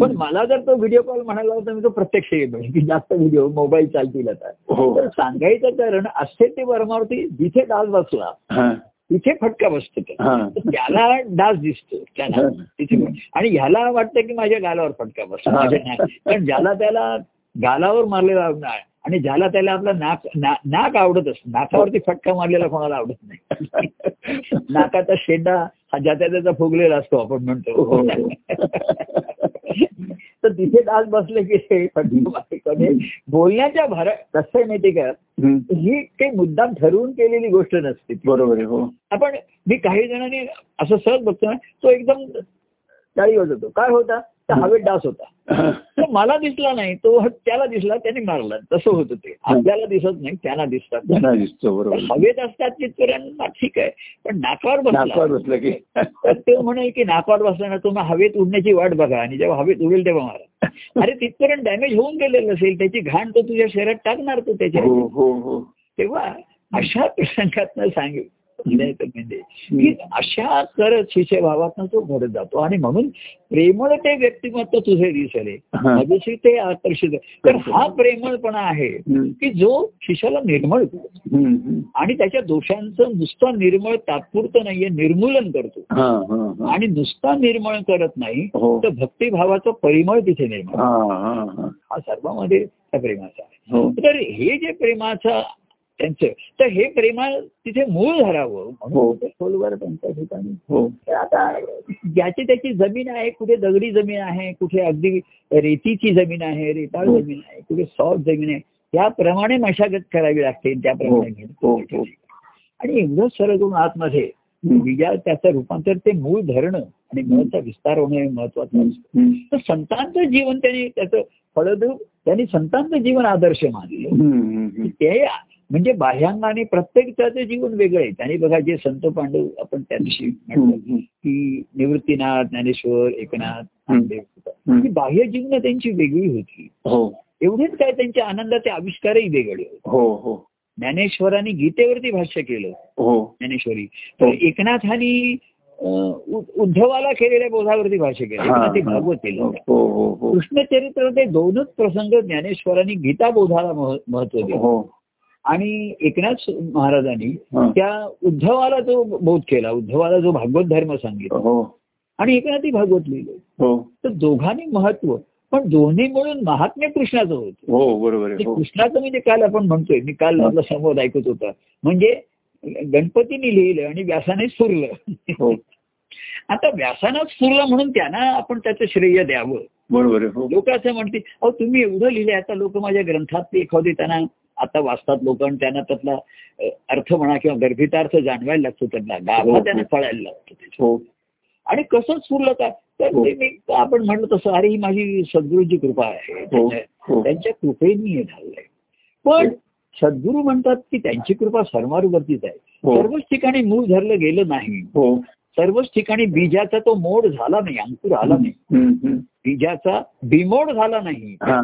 A: पण मला जर तो व्हिडिओ कॉल म्हणाला होता मी तो प्रत्यक्ष येत नाही की जास्त व्हिडिओ मोबाईल चालतील आता
B: हो
A: तर सांगायचं कारण असे ते वर्मावरती जिथे डास बसला
B: हा,
A: तिथे फटका बसतो तो.
B: हा.
A: त्याला डास दिसतो त्याला तिथे पण. आणि ह्याला वाटतं की माझ्या गालावर फटका बसतो
B: हा.
A: माझ्या नाक कारण ज्याला त्याला गालावर मारलेला ना- आणि ज्याला त्याला आपला नाक ना- नाक आवडत असतो नाकावरती फटका मारलेला कोणाला आवडत नाही नाकाचा शेंडा हा ज्याचा त्याचा फुगलेला असतो आपण
B: हो.
A: म्हणतो तर तिथे डास बसले की हे फटका मारले. बोलण्याच्या भर कसं आहे माहिती का
B: हम्म,
A: ही काही मुद्दाम ठरवून केलेली गोष्ट नसते
B: बरोबर आहे हो
A: आपण मी काही जणांनी असं सहज बघतो ना तो एकदम चाळीवर होतो काय होता तर हवेत डास होता
B: हा,
A: तर मला दिसला नाही तो त्याला दिसला त्याने मारला तसं होतं ते आपल्याला दिसत नाही त्यांना दिसतात
B: त्यांना दिसतो
A: तर
B: बरोबर
A: हवेत असतात तिथपर्यंत ठीक आहे पण नाकावर बसला
B: नाकावर बसलं की
A: तर तो म्हणेल की नाकावर बसताना तुम्ही हवेत उडण्याची वाट बघा आणि जेव्हा हवेत उडेल तेव्हा मारा अरे तिथपर्यंत डॅमेज होऊन गेलेलं असेल त्याची घाण तो तुझ्या शरीरात टाकणार तो त्याच्या
B: हो हो हो
A: तेव्हा अशा प्रसंगातनं सांगेल म्हणजे की अशा करत शिष्यभावातनं तो घडत जातो आणि म्हणून प्रेमळ ते व्यक्तिमत्व तुझे दिसले
B: हा.
A: मजेशी ते आकर्षित तर हा प्रेमळपणा आहे
B: हम्म,
A: की जो शिष्याला निर्मळ करतो
B: हम्म, हम्म.
A: आणि त्याच्या दोषांचं नुसतं निर्मळ तात्पुरतं नाहीये निर्मूलन करतो
B: हा, हा, हा.
A: आणि नुसता निर्मळ करत नाही
B: हो
A: तर भक्तिभावाचं परिमळ तिथे निर्माण
B: हा, हा, हा.
A: हा सर्वांमध्ये त्या प्रेमाचा आहे
B: हो
A: तर हे जे प्रेमाचं त्यांचं तर हे प्रेमा तिथे मूळ धरावं
B: हो.
A: म्हणून ते खोलवर त्यांच्या ठिकाणी
B: हो
A: तर आता ज्याची त्याची जमीन आहे कुठे दगडी जमीन आहे कुठे अगदी रेतीची जमीन आहे रेताळ
B: हो.
A: जमीन आहे कुठे सॉफ्ट जमीन आहे त्याप्रमाणे मशागत करावी लागते त्याप्रमाणे
B: हो,
A: घेणं.
B: हो.
A: आणि एवढं सरळ करून आतमध्ये विचार त्याचं रूपांतर ते मूळ धरणं आणि मुळाचा विस्तार होणं हे महत्वाचं असतं
B: हम्म,
A: तर संतांचं जीवन त्यांनी त्याचं फळद्रूप त्यांनी संतांचं जीवन आदर्श मानलं
B: हम्म, हम्म, हम्म.
A: ते म्हणजे बाह्यांगाने प्रत्येक त्याचं जीवन वेगळं आहे आणि बघा जे संत पांडव आपण त्या दिवशी म्हटलं
B: हम्म,
A: की निवृत्तीनाथ ज्ञानेश्वर एकनाथ नामदेव
B: हम्म.
A: ही बाह्य जीवन त्यांची वेगळी होती
B: हो
A: एवढेच काय त्यांच्या आनंदाचे आविष्कारही वेगळे होते
B: हो हो
A: ज्ञानेश्वरांनी गीतेवरती भाष्य केलं
B: हो
A: ज्ञानेश्वरी तर
B: हो.
A: एकनाथांनी अं, उ- उद्धवाला केलेल्या बोधावरती भाष्य केलं
B: हा,
A: एकनाथी
B: हा.
A: भागवत केलं
B: हो हो हो
A: कृष्णचरित्र ते दोनच प्रसंग ज्ञानेश्वरांनी गीता बोधाला मह- महत्व दिलं
B: हो
A: आणि एकनाथ महाराजांनी
B: हा.
A: त्या उद्धवाला जो बोध केला उद्धवाला जो भागवत धर्म सांगितला
B: हो
A: आणि एकनाथी भागवत लिहिलं
B: हो
A: तर दोघांनी महत्व पण दोन्ही मिळून महात्म्य कृष्णाचं होतं
B: हो बरोबर
A: ते
B: आहे हो
A: कृष्णाचं म्हणजे काल आपण म्हणतोय मी काल
B: हा.
A: आपला संवाद ऐकत होता म्हणजे गणपतीने लिहिलं आणि व्यासाने सुरलं
B: हो
A: आता व्यासानं सुरलं म्हणून त्यांना आपण त्याचं श्रेय द्यावं
B: बरोबर आहे हो
A: लोक असं म्हणतील अहो तुम्ही एवढं लिहिलंय आता लोक माझ्या ग्रंथात एखादी त्यांना आता वाचतात लोक आणि त्यांना त्यातला अ, अर्थ म्हणा किंवा गर्भितार्थ जाणवायला लागतो त्यांना
B: हो,
A: गाभा
B: हो.
A: त्यांना कळायला लागतो त्याचा.
B: हो
A: आणि कसं सुरलं का तर
B: हो.
A: ते मी- आपण म्हणलं तसं अरे ही माझी सद्गुरूची कृपा आहे
B: हो
A: त्यांच्या
B: हो
A: त्यांच्या कृपेने हे झालंय पण सद्गुरू म्हणतात की त्यांची कृपा सर्वांवरतीच आहे
B: हो.
A: सर्वच ठिकाणी मूळ धरलं गेलं नाही
B: हो
A: सर्वच ठिकाणी बीजाचा तो मोड झाला नाही अंकुर
B: हो.
A: आला नाही
B: हम्म, हम्म.
A: बीजाचा बिमोड झाला नाही
B: हा.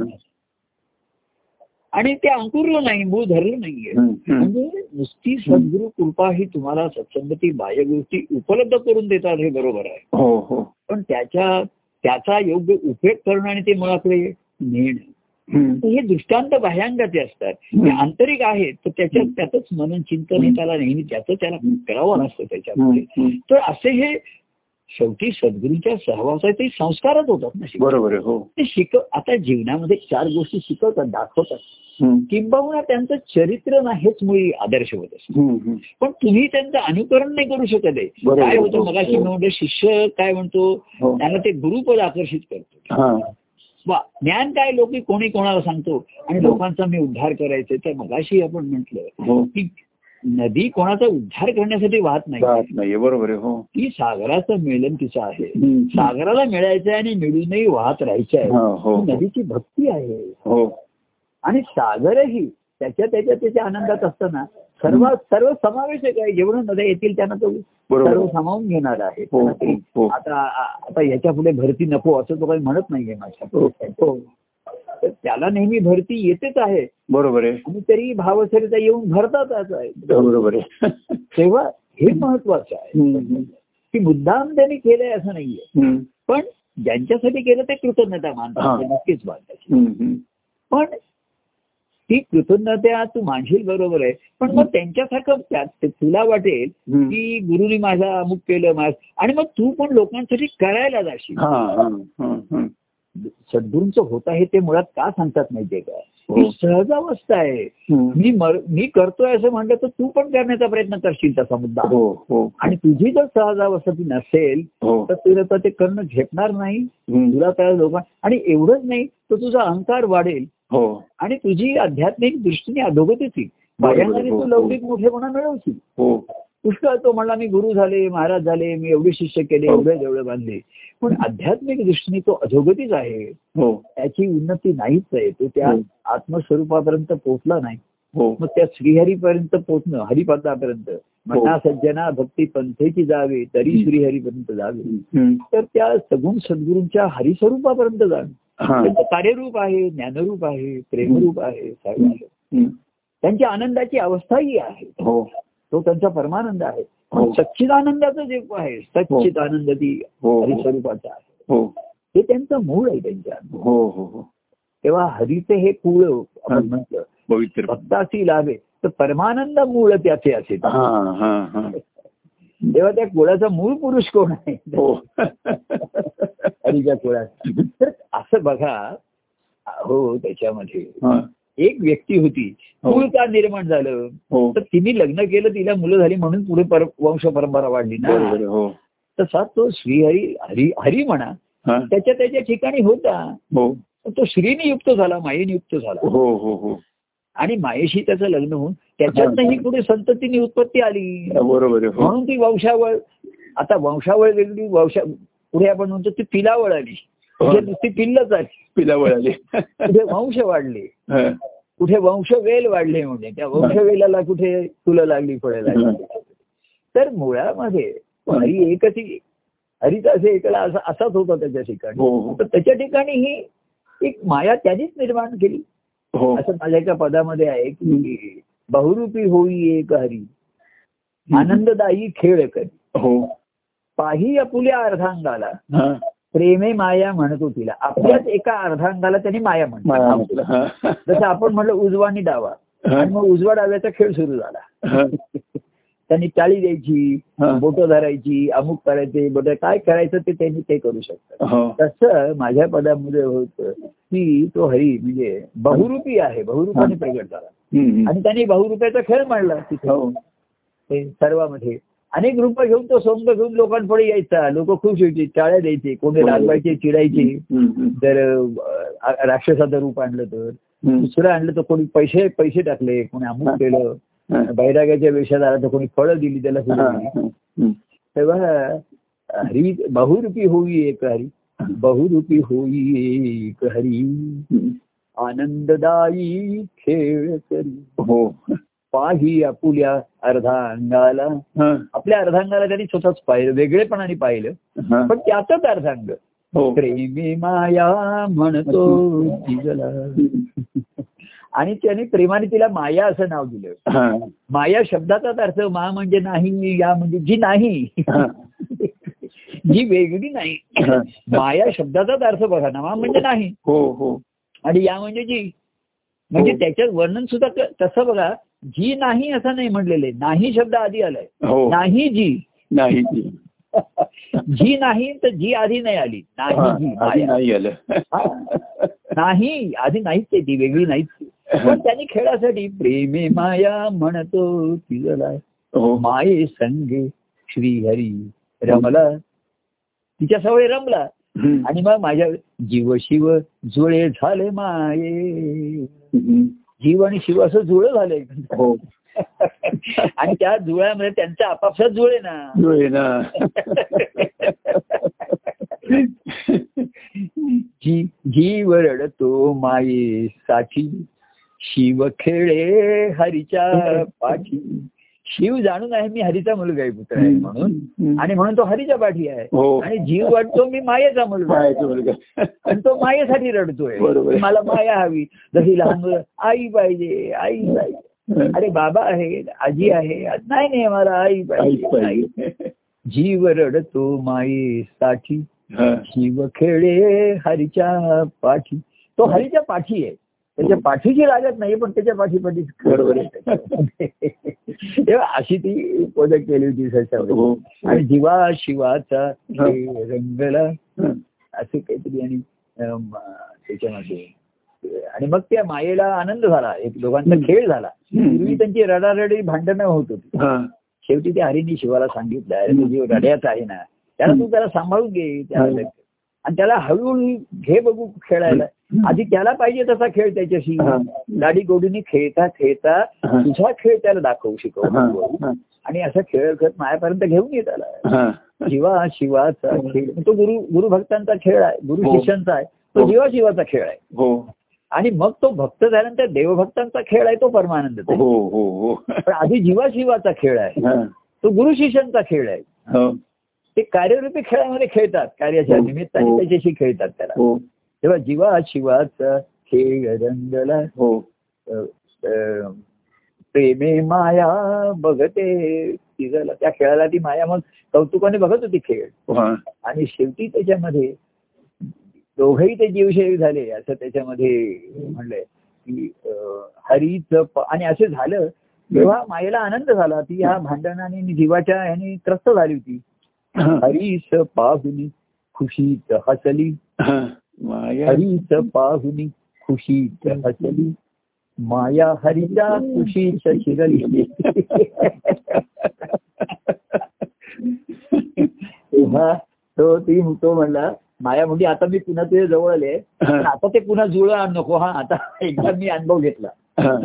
A: आणि ते अंकुरलं नाही मूळ धरलं नाहीये
B: हम्म, हम्म.
A: म्हणजे नुसती सद्गुरु कृपा ही तुम्हाला सत्संगती बाह्य गोष्टी उपलब्ध करून देतात हे बरोबर आहे
B: हो हो
A: पण त्याच्या त्याचा योग्य उपयोग करणं आणि ते मुळाकडे नेणं
B: हम्म.
A: हे दृष्टांत बाह्यांगाचे असतात ते आंतरिक आहेत तर त्याच्यात त्यातच मनन चिंतन हे त्याला नेहमी त्याचं त्याला करावं लागतं त्याच्यामध्ये
B: हम्म, हम्म.
A: तर असे हे शेवटी सद्गुरूच्या सहवासात ते संस्कारच होतात ना शिकवतात.
B: बरोबर आहे हो
A: ते शिक आता जीवनामध्ये चार गोष्टी शिकवतात दाखवतात
B: हम्म.
A: किंबहुना त्यांचं चरित्र ना हेच मुळी आदर्श होत असतं
B: हम्म, हम्म.
A: पण तुम्ही त्यांचं अनुकरण नाही करू शकत आहे
B: बरोबर.
A: काय होतं मला म्हणलं शिष्य काय म्हणतो
B: हो
A: त्याला ते गुरुपद आकर्षित करतो
B: हा
A: वा ज्ञान काय लोक कोणी कोणाला सांगतो आणि
B: हो.
A: लोकांचा मी उद्धार करायचे तर मगाशी आपण म्हटलं
B: हो
A: की नदी कोणाचा उद्धार करण्यासाठी वाहत नाही
B: जात नाहीये बरोबर आहे हो
A: ती सागराचं मिलन तिचं आहे
B: हम्म.
A: सागराला मिळायचं आहे आणि मिळूनही वाहत राहायचं
B: हा,
A: आहे
B: हो
A: ही नदीची भक्ती आहे
B: हो
A: आणि सागरही त्याच्या त्याच्या त्याच्या आनंदात असताना सर्व सर्व समावेशक आहे जेवढं नद्या येतील त्यांना तो
B: बरोबर.
A: सर्व सामावून घेणार आहे
B: हो,
A: त्यांना ते
B: हो, हो.
A: आता आ- आता याच्या पुढे भरती नको असं तो काही म्हणत नाहीये माझ्या हो. तर त्याला नेहमी भरती येतेच आहे
B: बरोबर आहे
A: आणि तरी भावसरिता येऊन भरतातच आहे
B: बरोबर आहे
A: तेव्हा हे महत्वाचं आहे
B: हो. हम्म, हम्म.
A: की मुद्दाम त्यांनी केलंय असं नाहीये
B: हम्म,
A: पण ज्यांच्यासाठी केलं ते कृतज्ञता
B: हा.
A: मानतात नक्कीच मानतात
B: हम्म, हम्म.
A: पण ती कृतज्ञता तू मानशील बरोबर आहे पण मग त्यांच्यासारखं त्या- ते तुला वाटेल
B: हम्म.
A: की गुरुनी माझा अमुक केलं माझ आणि मग तू पण लोकांसाठी करायला जाशील
B: हा हा हा, हा.
A: सद्गुरूंचं होत आहे ते मुळात का सांगतात माहितीये का
B: हो.
A: ही सहजावस्था आहे
B: हम्म.
A: मी मर- मी करतोय असं म्हणलं तर तू पण करण्याचा प्रयत्न करशील तसा मुद्दा
B: हो हो
A: आणि तुझी जर सहजावस्था ती नसेल
B: हो
A: तर तुला तर ते करणं झेपणार नाही
B: हम्म.
A: तुला त्या लोकां आणि एवढंच नाही तर तुझा अहंकार वाढेल
B: हो
A: आणि तुझी आध्यात्मिक दृष्टीने अधोगती होईल भजनाने तू लौकिक मोठेपणा मिळवशील
B: हो
A: पुष्कळ तो म्हणला मी गुरु झाले महाराज झाले मी एवढे शिष्य केले
B: हो.
A: एवढे देवळे बांधले पण आध्यात्मिक दृष्टीने तो अधोगतीच आहे
B: हो
A: त्याची उन्नती नाहीच आहे तो त्या
B: हो.
A: आत्मस्वरूपापर्यंत पोहोचला नाही
B: हो
A: मग त्या श्रीहरीपर्यंत पोहोचणं हरिपादापर्यंत म्हणा सज्जना भक्ती पंथेची जावे तरी
B: हम्म.
A: श्रीहरीपर्यंत जावे
B: हम्म.
A: तर त्या सगुण सद्गुरूंच्या हरिस्वरूपापर्यंत जावे
B: हा
A: त्यांचं कार्यरूप आहे ज्ञानरूप आहे प्रेमरूप आहे सर्व आहे
B: हम्म.
A: त्यांच्या आनंदाची अवस्था ही आहे
B: हो
A: तो त्यांचा परमानंद आहे
B: हो.
A: सच्चिदानंदाचं जे आहे सच्चित आनंद ती
B: हो हो
A: हरिस्वरूपाचा आहे
B: हो
A: हे त्यांचं मूळ आहे त्यांच्या
B: हो हो हो
A: तेव्हा हरीचे हे कुळ आपण
B: हं.
A: म्हटलं
B: पवित्र
A: भक्ताशी लावे तर परमानंद मूळ त्याचे असे
B: हा हा हा
A: तेव्हा त्या कुळाचा मूळ पुरुष कोण आहे
B: हो
A: हरीच्या कुळात तर असं बघा हो त्याच्यामध्ये
B: हा,
A: एक व्यक्ती होती
B: हो.
A: मूळ का निर्माण झालं
B: हो
A: तर तिने लग्न केलं तिला मुलं झाली म्हणून पुढे पर- वंश परंपरा वाढली ना
B: बरोबर हो
A: तसा तो श्रीहरी हरी हरी म्हणा
B: हा,
A: त्याच्या त्याच्या ठिकाणी होता
B: हो
A: पण तो श्रीने युक्त झाला मायेने युक्त झाला
B: हो हो हो
A: आणि मायेशी त्याचं लग्न होऊन त्याच्यातही पुढे संततीने उत्पत्ती आली
B: बरोबर आहे, हो
A: म्हणून ती वंशावळ आता वंशावळ वेगळी वंशा पुढे आपण म्हणतो ती पिलावळ आली
B: हो.
A: म्हणजे नुसती पिल्लच आली
B: पिलावळ आली
A: कुठे वंश वाढले
B: हा,
A: कुठे वंशवेल वाढले म्हणजे त्या
B: हो.
A: वंशवेलाला कुठे फुलं लागली फळे लागली तर मुळामध्ये हरी एकच हरीचा असे एकला असा असाच होता त्याच्या ठिकाणी
B: हो हो
A: तर त्याच्या ठिकाणी ही एक माया त्यानेच निर्माण केली
B: हो
A: असं माझ्या एका पदामध्ये आहे की बहुरूपी होई एक हरी आनंददायी खेळ करी
B: हो
A: पाही आपुल्या अर्धांगाला
B: हा,
A: प्रेमे माया म्हणतो तिला आपल्याच एका अर्धांगाला त्याने माया
B: मला
A: म्हणतो
B: म्हटलं, हा, हा,
A: जसं आपण म्हणलं उजवा आणि डावा
B: हा,
A: आणि मग उजवा डाव्याचा खेळ सुरू झाला
B: हा,
A: त्यांनी टाळी द्यायची
B: हा.
A: बोटं धरायची अमुक करायचे बोट काय करायचं ते त्यांनी ते करू शकतात
B: हो
A: तसं माझ्या पदामध्ये होतं की तो हरी म्हणजे बहुरूपी आहे बहुरूपाने
B: हा.
A: प्रगट झाला
B: हम्म, हम्म.
A: आणि त्यांनी बहुरूपाचा खेळ मांडला तिथे
B: हो
A: ते सर्वामध्ये अनेक रूप घेऊन तो सोंग घेऊन लोकांपुढे यायचा लोक खुश व्हायची टाळ्या द्यायची कोणी
B: बरोबर.
A: लालवायचे चिडायचे
B: हम्म, हम्म,
A: जर अ, राक्षसाचं रूप आणलं तर
B: हम्म.
A: दुसरं आणलं तर कोणी पैसे पैसे टाकले कोणी
B: हा.
A: अमुक केलं
B: हा,
A: बैराग्याच्या वेशात आला तर कोणी फळं दिली त्याला
B: हा,
A: फुलं दिली.
B: हा, हम्म.
A: तेव्हा हरी बहुरूपी होई एक हरी बहुरूपी होई एक हरी
B: हम्म.
A: आनंददायी खेळ करी
B: हो
A: पाही आपुल्या अर्धांगाला
B: हा,
A: आपल्या अर्धांगाला त्यांनी स्वतःच पाहिलं वेगळेपणाने पाहिलं
B: हा.
A: पण त्याचाच अर्धांग
B: हो
A: प्रेमी माया म्हणतो तिजला
B: हम्म.
A: आणि त्याने प्रेमाने तिला माया असं नाव दिलं
B: हा,
A: माया शब्दाचाच अर्थ मा म्हणजे नाही या म्हणजे जी नाही
B: हा.
A: जी वेगळी नाही माया शब्दाचाच अर्थ बघा ना मा म्हणजे नाही
B: हो हो
A: आणि या म्हणजे जी म्हणजे
B: हो.
A: त्याच्यात वर्णन सुद्धा क- तसं बघा जी नाही असं नाही म्हणलेले नाही शब्द आधी आलाय
B: हो
A: नाही जी
B: नाही ती.
A: जी नाही तर जी आधी नाही आली
B: हा,
A: नाही जी
B: आधी
A: माया.
B: नाही आलं
A: हा. नाही आधी नाहीच ते ती वेगळी नाहीच ती. पण त्यांनी खेळासाठी प्रेमे माया म्हणतो तिला
B: हो
A: माये संगे श्री हरी रमला तिच्या सवय रमला
B: हम्म.
A: आणि मग माझ्या जीव शिव जुळे झाले माये
B: हम्म.
A: जीव आणि शिव असं जुळं झालंय
B: हो
A: आणि त्या जुळ्यामध्ये त्यांचं आपापसात जुळे ना
B: जुळे ना
A: जी जीव रडतो माये साठी शिव खेळे हरीच्या पाठी शिव जाणून आहे मी हरीचा मुलगा आहे पुत्र आहे म्हणून
B: हम्म.
A: आणि म्हणून तो हरीच्या पाठी आहे
B: हो.
A: आणि जीव वाटतो मी मायेचा मुलगा आहे.
B: काय तो मुलगा.
A: आणि तो मायेसाठी रडतोय
B: बरोबर.
A: मला माया हवी जशी लहान मुलं आई पाहिजे आई पाहिजे अरे बाबा आहे आजी आहे नाही नाही मला आई
B: काहीच
A: पाहिजे आई.
B: पाहिजे.
A: जीव रडतो मायेसाठी
B: हा.
A: शिव खेळे हरीच्या पाठी तो हरीच्या पाठी आहे त्याच्या पाठीची लागत नाही पण त्याच्या पाठीपाठी
B: हो. बरोबर
A: तेव्हा अशी ती प्रोजेक्ट केली होती सशावर.
B: हो.
A: आणि जीवा शिवाचा खेळ रंगला
B: हा.
A: असे काहीतरी आणि अम, त्याच्यामध्ये आणि मग त्या मायेला आनंद झाला एक दोघांचा
B: हम्म.
A: खेळ झाला
B: हम्म.
A: पूर्वी त्यांची रडारडी भांडणं होत होती
B: हा.
A: शेवटी ते हरीने शिवाला सांगितलं अरे
B: हम्म.
A: तो जीव रड्याचा आहे ना त्याला तू त्याला सांभाळून घे त्याला
B: हम्म.
A: लक्ष. आणि त्याला हळूहळू घे बघू खेळायला
B: हम्म.
A: आधी त्याला पाहिजे तसा खेळ त्याच्याशी
B: हा.
A: गाडी गोडीने खेळता खेळता
B: हा.
A: तुझा खेळ त्याला दाखवू शिकव
B: हा.
A: आणि असा खेळ करत मायापर्यंत घेऊन येत आला
B: हा.
A: जीवा शिवाचा
B: हम्म.
A: खेळ तो गुरु गुरु भक्तांचा खेळ आहे गुरु
B: हो.
A: शिष्यांचा आहे तो
B: हो.
A: जीवा शिवाचा खेळ आहे
B: हो
A: आणि मग तो भक्त झाल्यानंतर देवभक्तांचा खेळ आहे तो परमानंद
B: हो हो हो
A: पण आधी जीवा शिवाचा खेळ आहे
B: हा.
A: तो गुरु शिष्यांचा खेळ आहे
B: हो.
A: ते कार्यरूपी खेळामध्ये खेळतात कार्याच्या
B: हो.
A: निमित्ताने
B: हो.
A: त्याच्याशी खेळतात त्याला
B: हो
A: तेव्हा जीवा शिवाचा खेळ रंगला
B: हो
A: अ, अ, प्रेमे माया बघते तिघाला त्या खेळाला ती माया मग कौतुकाने बघत होती खेळ
B: हा.
A: आणि शेवटी त्याच्यामध्ये दोघेही ते जीवशैव झाले असं त्याच्यामध्ये म्हणलंय की अ, हरीच प- आणि असे झालं तेव्हा मायेला आनंद झाला ती ह्या भांडणाने आणि जीवाच्या ह्याने त्रस्त झाली होती
B: हा.
A: हरीस पाहुनी खुशीत हसली
B: हा. माया
A: हरीस पाहुनी खुशीत हसली माया हरीच्या खुशीत शिरली तेव्हा तो ती तो म्हणला माया म्हणजे आता मी पुन्हा तुझ्या जवळ आले
B: हा.
A: पण आता ते पुन्हा जुळं आण नको हा आता एकदा मी अनुभव घेतला
B: हा.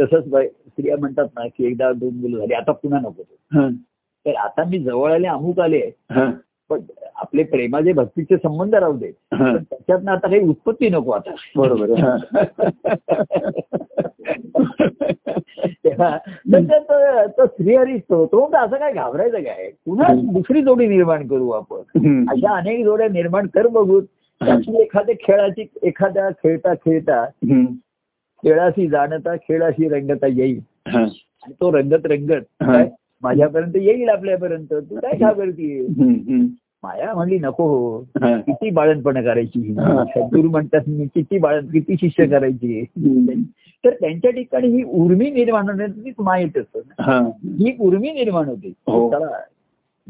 A: तसंच बाय- स्त्रिया म्हणतात ना की एकदा दोन मुलं झाली आता पुन्हा नको
B: हा.
A: तर आता मी जवळ आले अमुक आले
B: हा.
A: पण आपले प्रेमाचे भक्तीचे संबंध राहू दे
B: हा.
A: पण त्याच्यातनं आता काही उत्पत्ती नको आता
B: बरोबर हा.
A: तेव्हा नंतर तो- तो श्रीहरीच तो तो म्हणतो, असं काय घाबरायचं काय पुन्हा दुसरी जोडी निर्माण करू आपण
B: हम्म.
A: अशा अनेक जोड्या निर्माण कर बघू त्याची एखाद्या खेळाची एखाद्या खेळता खेळता
B: हम्म.
A: खेळाशी जाणता खेळाशी रंगता येईल
B: हा.
A: आणि तो रंगत रंगत
B: हा.
A: काय माझ्यापर्यंत येईल आपल्यापर्यंत तू काय घाबरतीये
B: हम्म. हम्म.
A: माया म्हणली नको हो
B: हा.
A: किती बाळणपणं करायची
B: हा.
A: सद्गुरू म्हणतात मी किती बाळण किती शिष्य करायची
B: हम्म.
A: तर त्यांच्या ठिकाणी ही उर्मी निर्माण होण्याचीच माहित असतो
B: हा.
A: ही उर्मी निर्माण होते
B: हो.
A: त्याला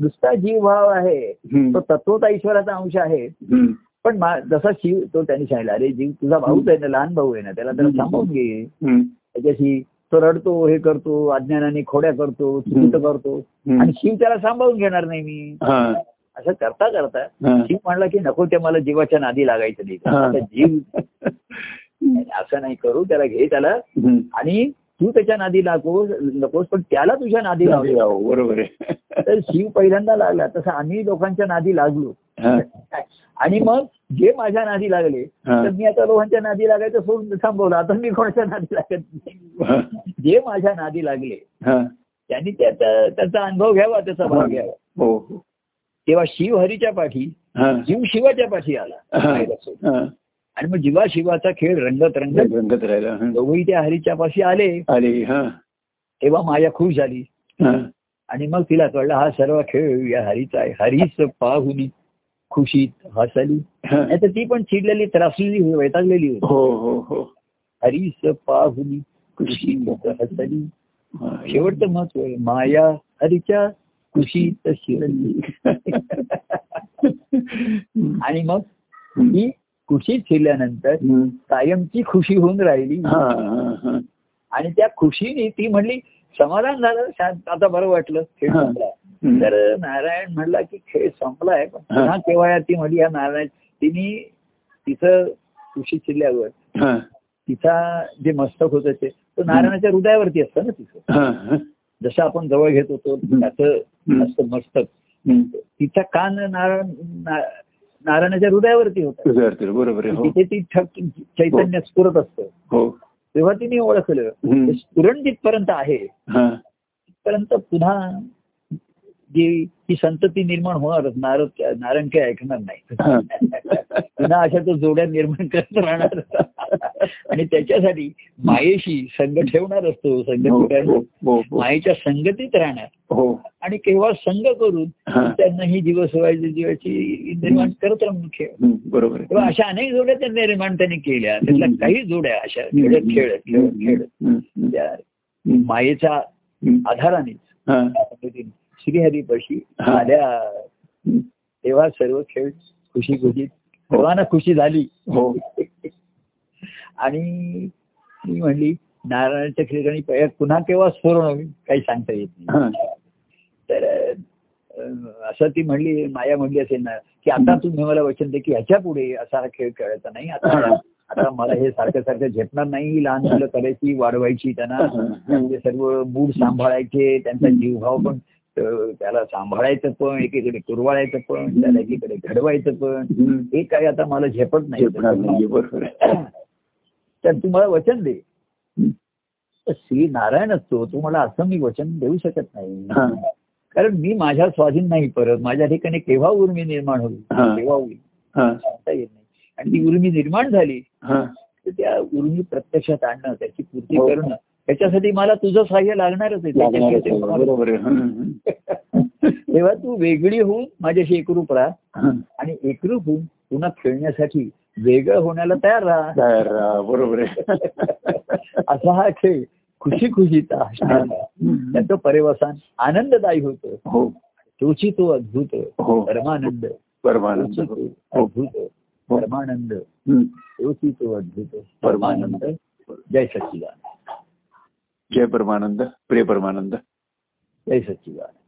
A: नुसता जीवभाव आहे
B: हम्म.
A: तो तत्वता ईश्वराचा अंश आहे
B: हम्म.
A: पण मा- जसा शिव तो त्यांनी सांगितला अरे जीव तुझा भाऊच आहे ना लहान भाऊ आहे ना त्याला त्याला सांभाळून घे
B: हम्म.
A: त्याच्याशी तो रडतो हे करतो अज्ञानाने खोड्या करतो चुकीत करतो
B: हम्म.
A: आणि शिव त्याला सांभाळून घेणार नाही मी
B: हा.
A: असं करता करता
B: हा.
A: जीव म्हणला की नको ते मला जीवाच्या नादी लागायचं नाही
B: हा.
A: आता जीव असं नाही करू त्याला घे त्याला
B: हम्म.
A: आणि तू त्याच्या नादी लागोस नकोस पण त्याला तुझ्या नादी
B: जाऊ,
A: लावू
B: जाऊ. बरोबर आहे
A: तर शिव पहिल्यांदा लागला तसं आम्ही लोकांच्या नादी लागलो
B: हा.
A: आणि मग जे माझ्या नादी लागले
B: हा.
A: तर मी आता लोकांच्या नादी लागायचं सोडून थांबवलं आता मी कोणाच्या नादी लागत नाही
B: हा.
A: जे माझ्या नादी लागले
B: हा.
A: त्यांनी त्याचा त्याचा अनुभव घ्यावा त्याचा भाग घ्यावा
B: हो हो.
A: तेव्हा शिव हरीच्या पाठी
B: हा.
A: जीव शिवाच्या पाठी आला
B: हा.
A: आणि
B: हा.
A: मग जीवा शिवाचा खेळ रंगत रंगत
B: रंगत राहिला हं.
A: दोघेही त्या हरीच्या पाशी आले
B: आले हा
A: तेव्हा माया खुश झाली
B: हा.
A: आणि मग तिला कळलं हा सर्व खेळ या हरीचा आहे हरीच पाहुनी खुशीत हसली
B: हा.
A: नाही तर ती पण चिडलेली त्रासलेली होती वैतागलेली होती
B: हो हो हो
A: हरीस पाहुनी खुशीत हसली
B: हा.
A: शेवटचं महत्व आहे माया हरीच्या खुशी तर शिरली आणि मग ही खुशी शिरल्यानंतर
B: हम्म.
A: कायमची खुशी होऊन राहिली
B: हा, हा, हा.
A: आणि त्या खुशीने ती म्हणली समाधान झालं शांत आता बरं वाटलं खेळ
B: हा.
A: संपला
B: हम्म.
A: तर नारायण म्हणला की खेळ संपलाय पण
B: हा.
A: पुन्हा केव्हा या ती म्हणली या नारायण तिने तिचं खुशी शिरल्यावर
B: हा,
A: तिचा जे मस्तक होतं ते तो नारायणाच्या हृदयावरती असतं ना तिचं
B: हा, हा.
A: जसं आपण जवळ घेत होतो
B: हम्म.
A: त्याचं
B: हम्म.
A: असतं मस्तक
B: हम्म.
A: तिचा कान नारायण ना- नारायणाच्या हृदयावरती होता
B: तुझं अर्थ बरोबर आहे हो
A: तिथे ती ठक चैतन्य स्फुरत असतं
B: हो
A: तेव्हा तिने ओळखलं
B: हम्म.
A: ते स्फुरण जिथपर्यंत आहे
B: हा
A: तिथपर्यंत पुन्हा जी ही संतती निर्माण होणार नारद नारायण काही ऐकणार
B: हा.
A: नाही पुन्हा अशा तो जोड्या निर्माण करत राहणार आणि त्याच्यासाठी मायेशी संघ ठेवणार असतो संघ
B: हो,
A: ठेवणार.
B: हो, हो, हो.
A: मायेच्या संगतीत राहणार
B: हो
A: आणि केव्हा संघ करून
B: हा.
A: त्यांना ही दिवस व्हायची जीवाची निर्माण करत राहून खेळ
B: हम्म, बरोबर आहे
A: तेव्हा अशा अनेक जोड्या त्यांनी निर्माण त्यांनी केल्या त्यातल्या
B: हम्म.
A: काही जोड्या अशा
B: हम्म,
A: खेळत खेळत
B: हम्म,
A: खेळत खेळत
B: हम्म, हम्म,
A: त्या
B: हम्म,
A: मायेच्या
B: हम्म.
A: आधाराने
B: हा,
A: त्या पद्धतीने श्रीहरीपाशी
B: हा.
A: आल्या
B: हम्म.
A: तेव्हा सर्व खेळ खुशी खुशी सर्वांना खुशी झाली
B: हो
A: आणि मी म्हणली नारायणाच्या ठिकाणी पै- पुन्हा केव्हा स्फोरण होईल काही सांगता येत नाही
B: हा.
A: तर अं, असं ती म्हणली माया म्हणली असेल ना की आता तुम्ही मला वचन दे की ह्याच्या पुढे असा हा खेळ खेळायचा नाही आता
B: हा.
A: आता मला हे सारखं सारखं झेपणार नाही लहान मुलं करायची वाढवायची त्यांना त्यांचे सर्व मूड सांभाळायचे त्यांचा जीवभाव पण अं, त्याला सांभाळायचं पण एकीकडे कुरवाळायचं पण त्याला एकीकडे घडवायचं पण
B: हम्म.
A: हे काय आता मला झेपत
B: झेपणार नाहीये,
A: नाही
B: बरोबर आहे
A: तर तू मला वचन दे
B: हम्म.
A: तर श्री नारायण असतो तू मला असं मी वचन देऊ शकत
B: हा.
A: नाही कारण मी माझ्या स्वाधीन नाही परत माझ्या ठिकाणी केव्हा उर्मी निर्माण होईल
B: हा.
A: केव्हा होईल
B: हा,
A: सांगता येत नाही आणि ती उर्मी निर्माण झाली
B: हा.
A: तर त्या उर्मी प्रत्यक्षात आणणं त्याची पूर्ती
B: हो.
A: करणं त्याच्यासाठी मला तुझं सहाय्य लागणारच आहे
B: लागणार
A: त्याच्याशिवाय ते
B: आहे,
A: होणार नाही.
B: बरोबर आहे हम्म, हम्म.
A: तेव्हा तू वेगळी होऊन माझ्याशी एकरूप राहा
B: हा.
A: आणि एकरूप होऊन पुन्हा खेळण्यासाठी वेगळं होण्याला तयार राहा
B: तयार राहा, बरोबर आहे
A: असा हा खेळ खुशी खुशीचा
B: हा.
A: असणारा त्याचं परिवसन आनंददायी होतं
B: हो
A: तोची तो अद्भुत
B: हो
A: परमानंद
B: परमानंद
A: तोची
B: हो.
A: तो अद्भुत परमानंद
B: हम्म.
A: तोची तो अद्भुत परमानंद जय सच्चिदानंद
B: जय परमानंद प्रिय परमानंद
A: जय सच्चिदानंद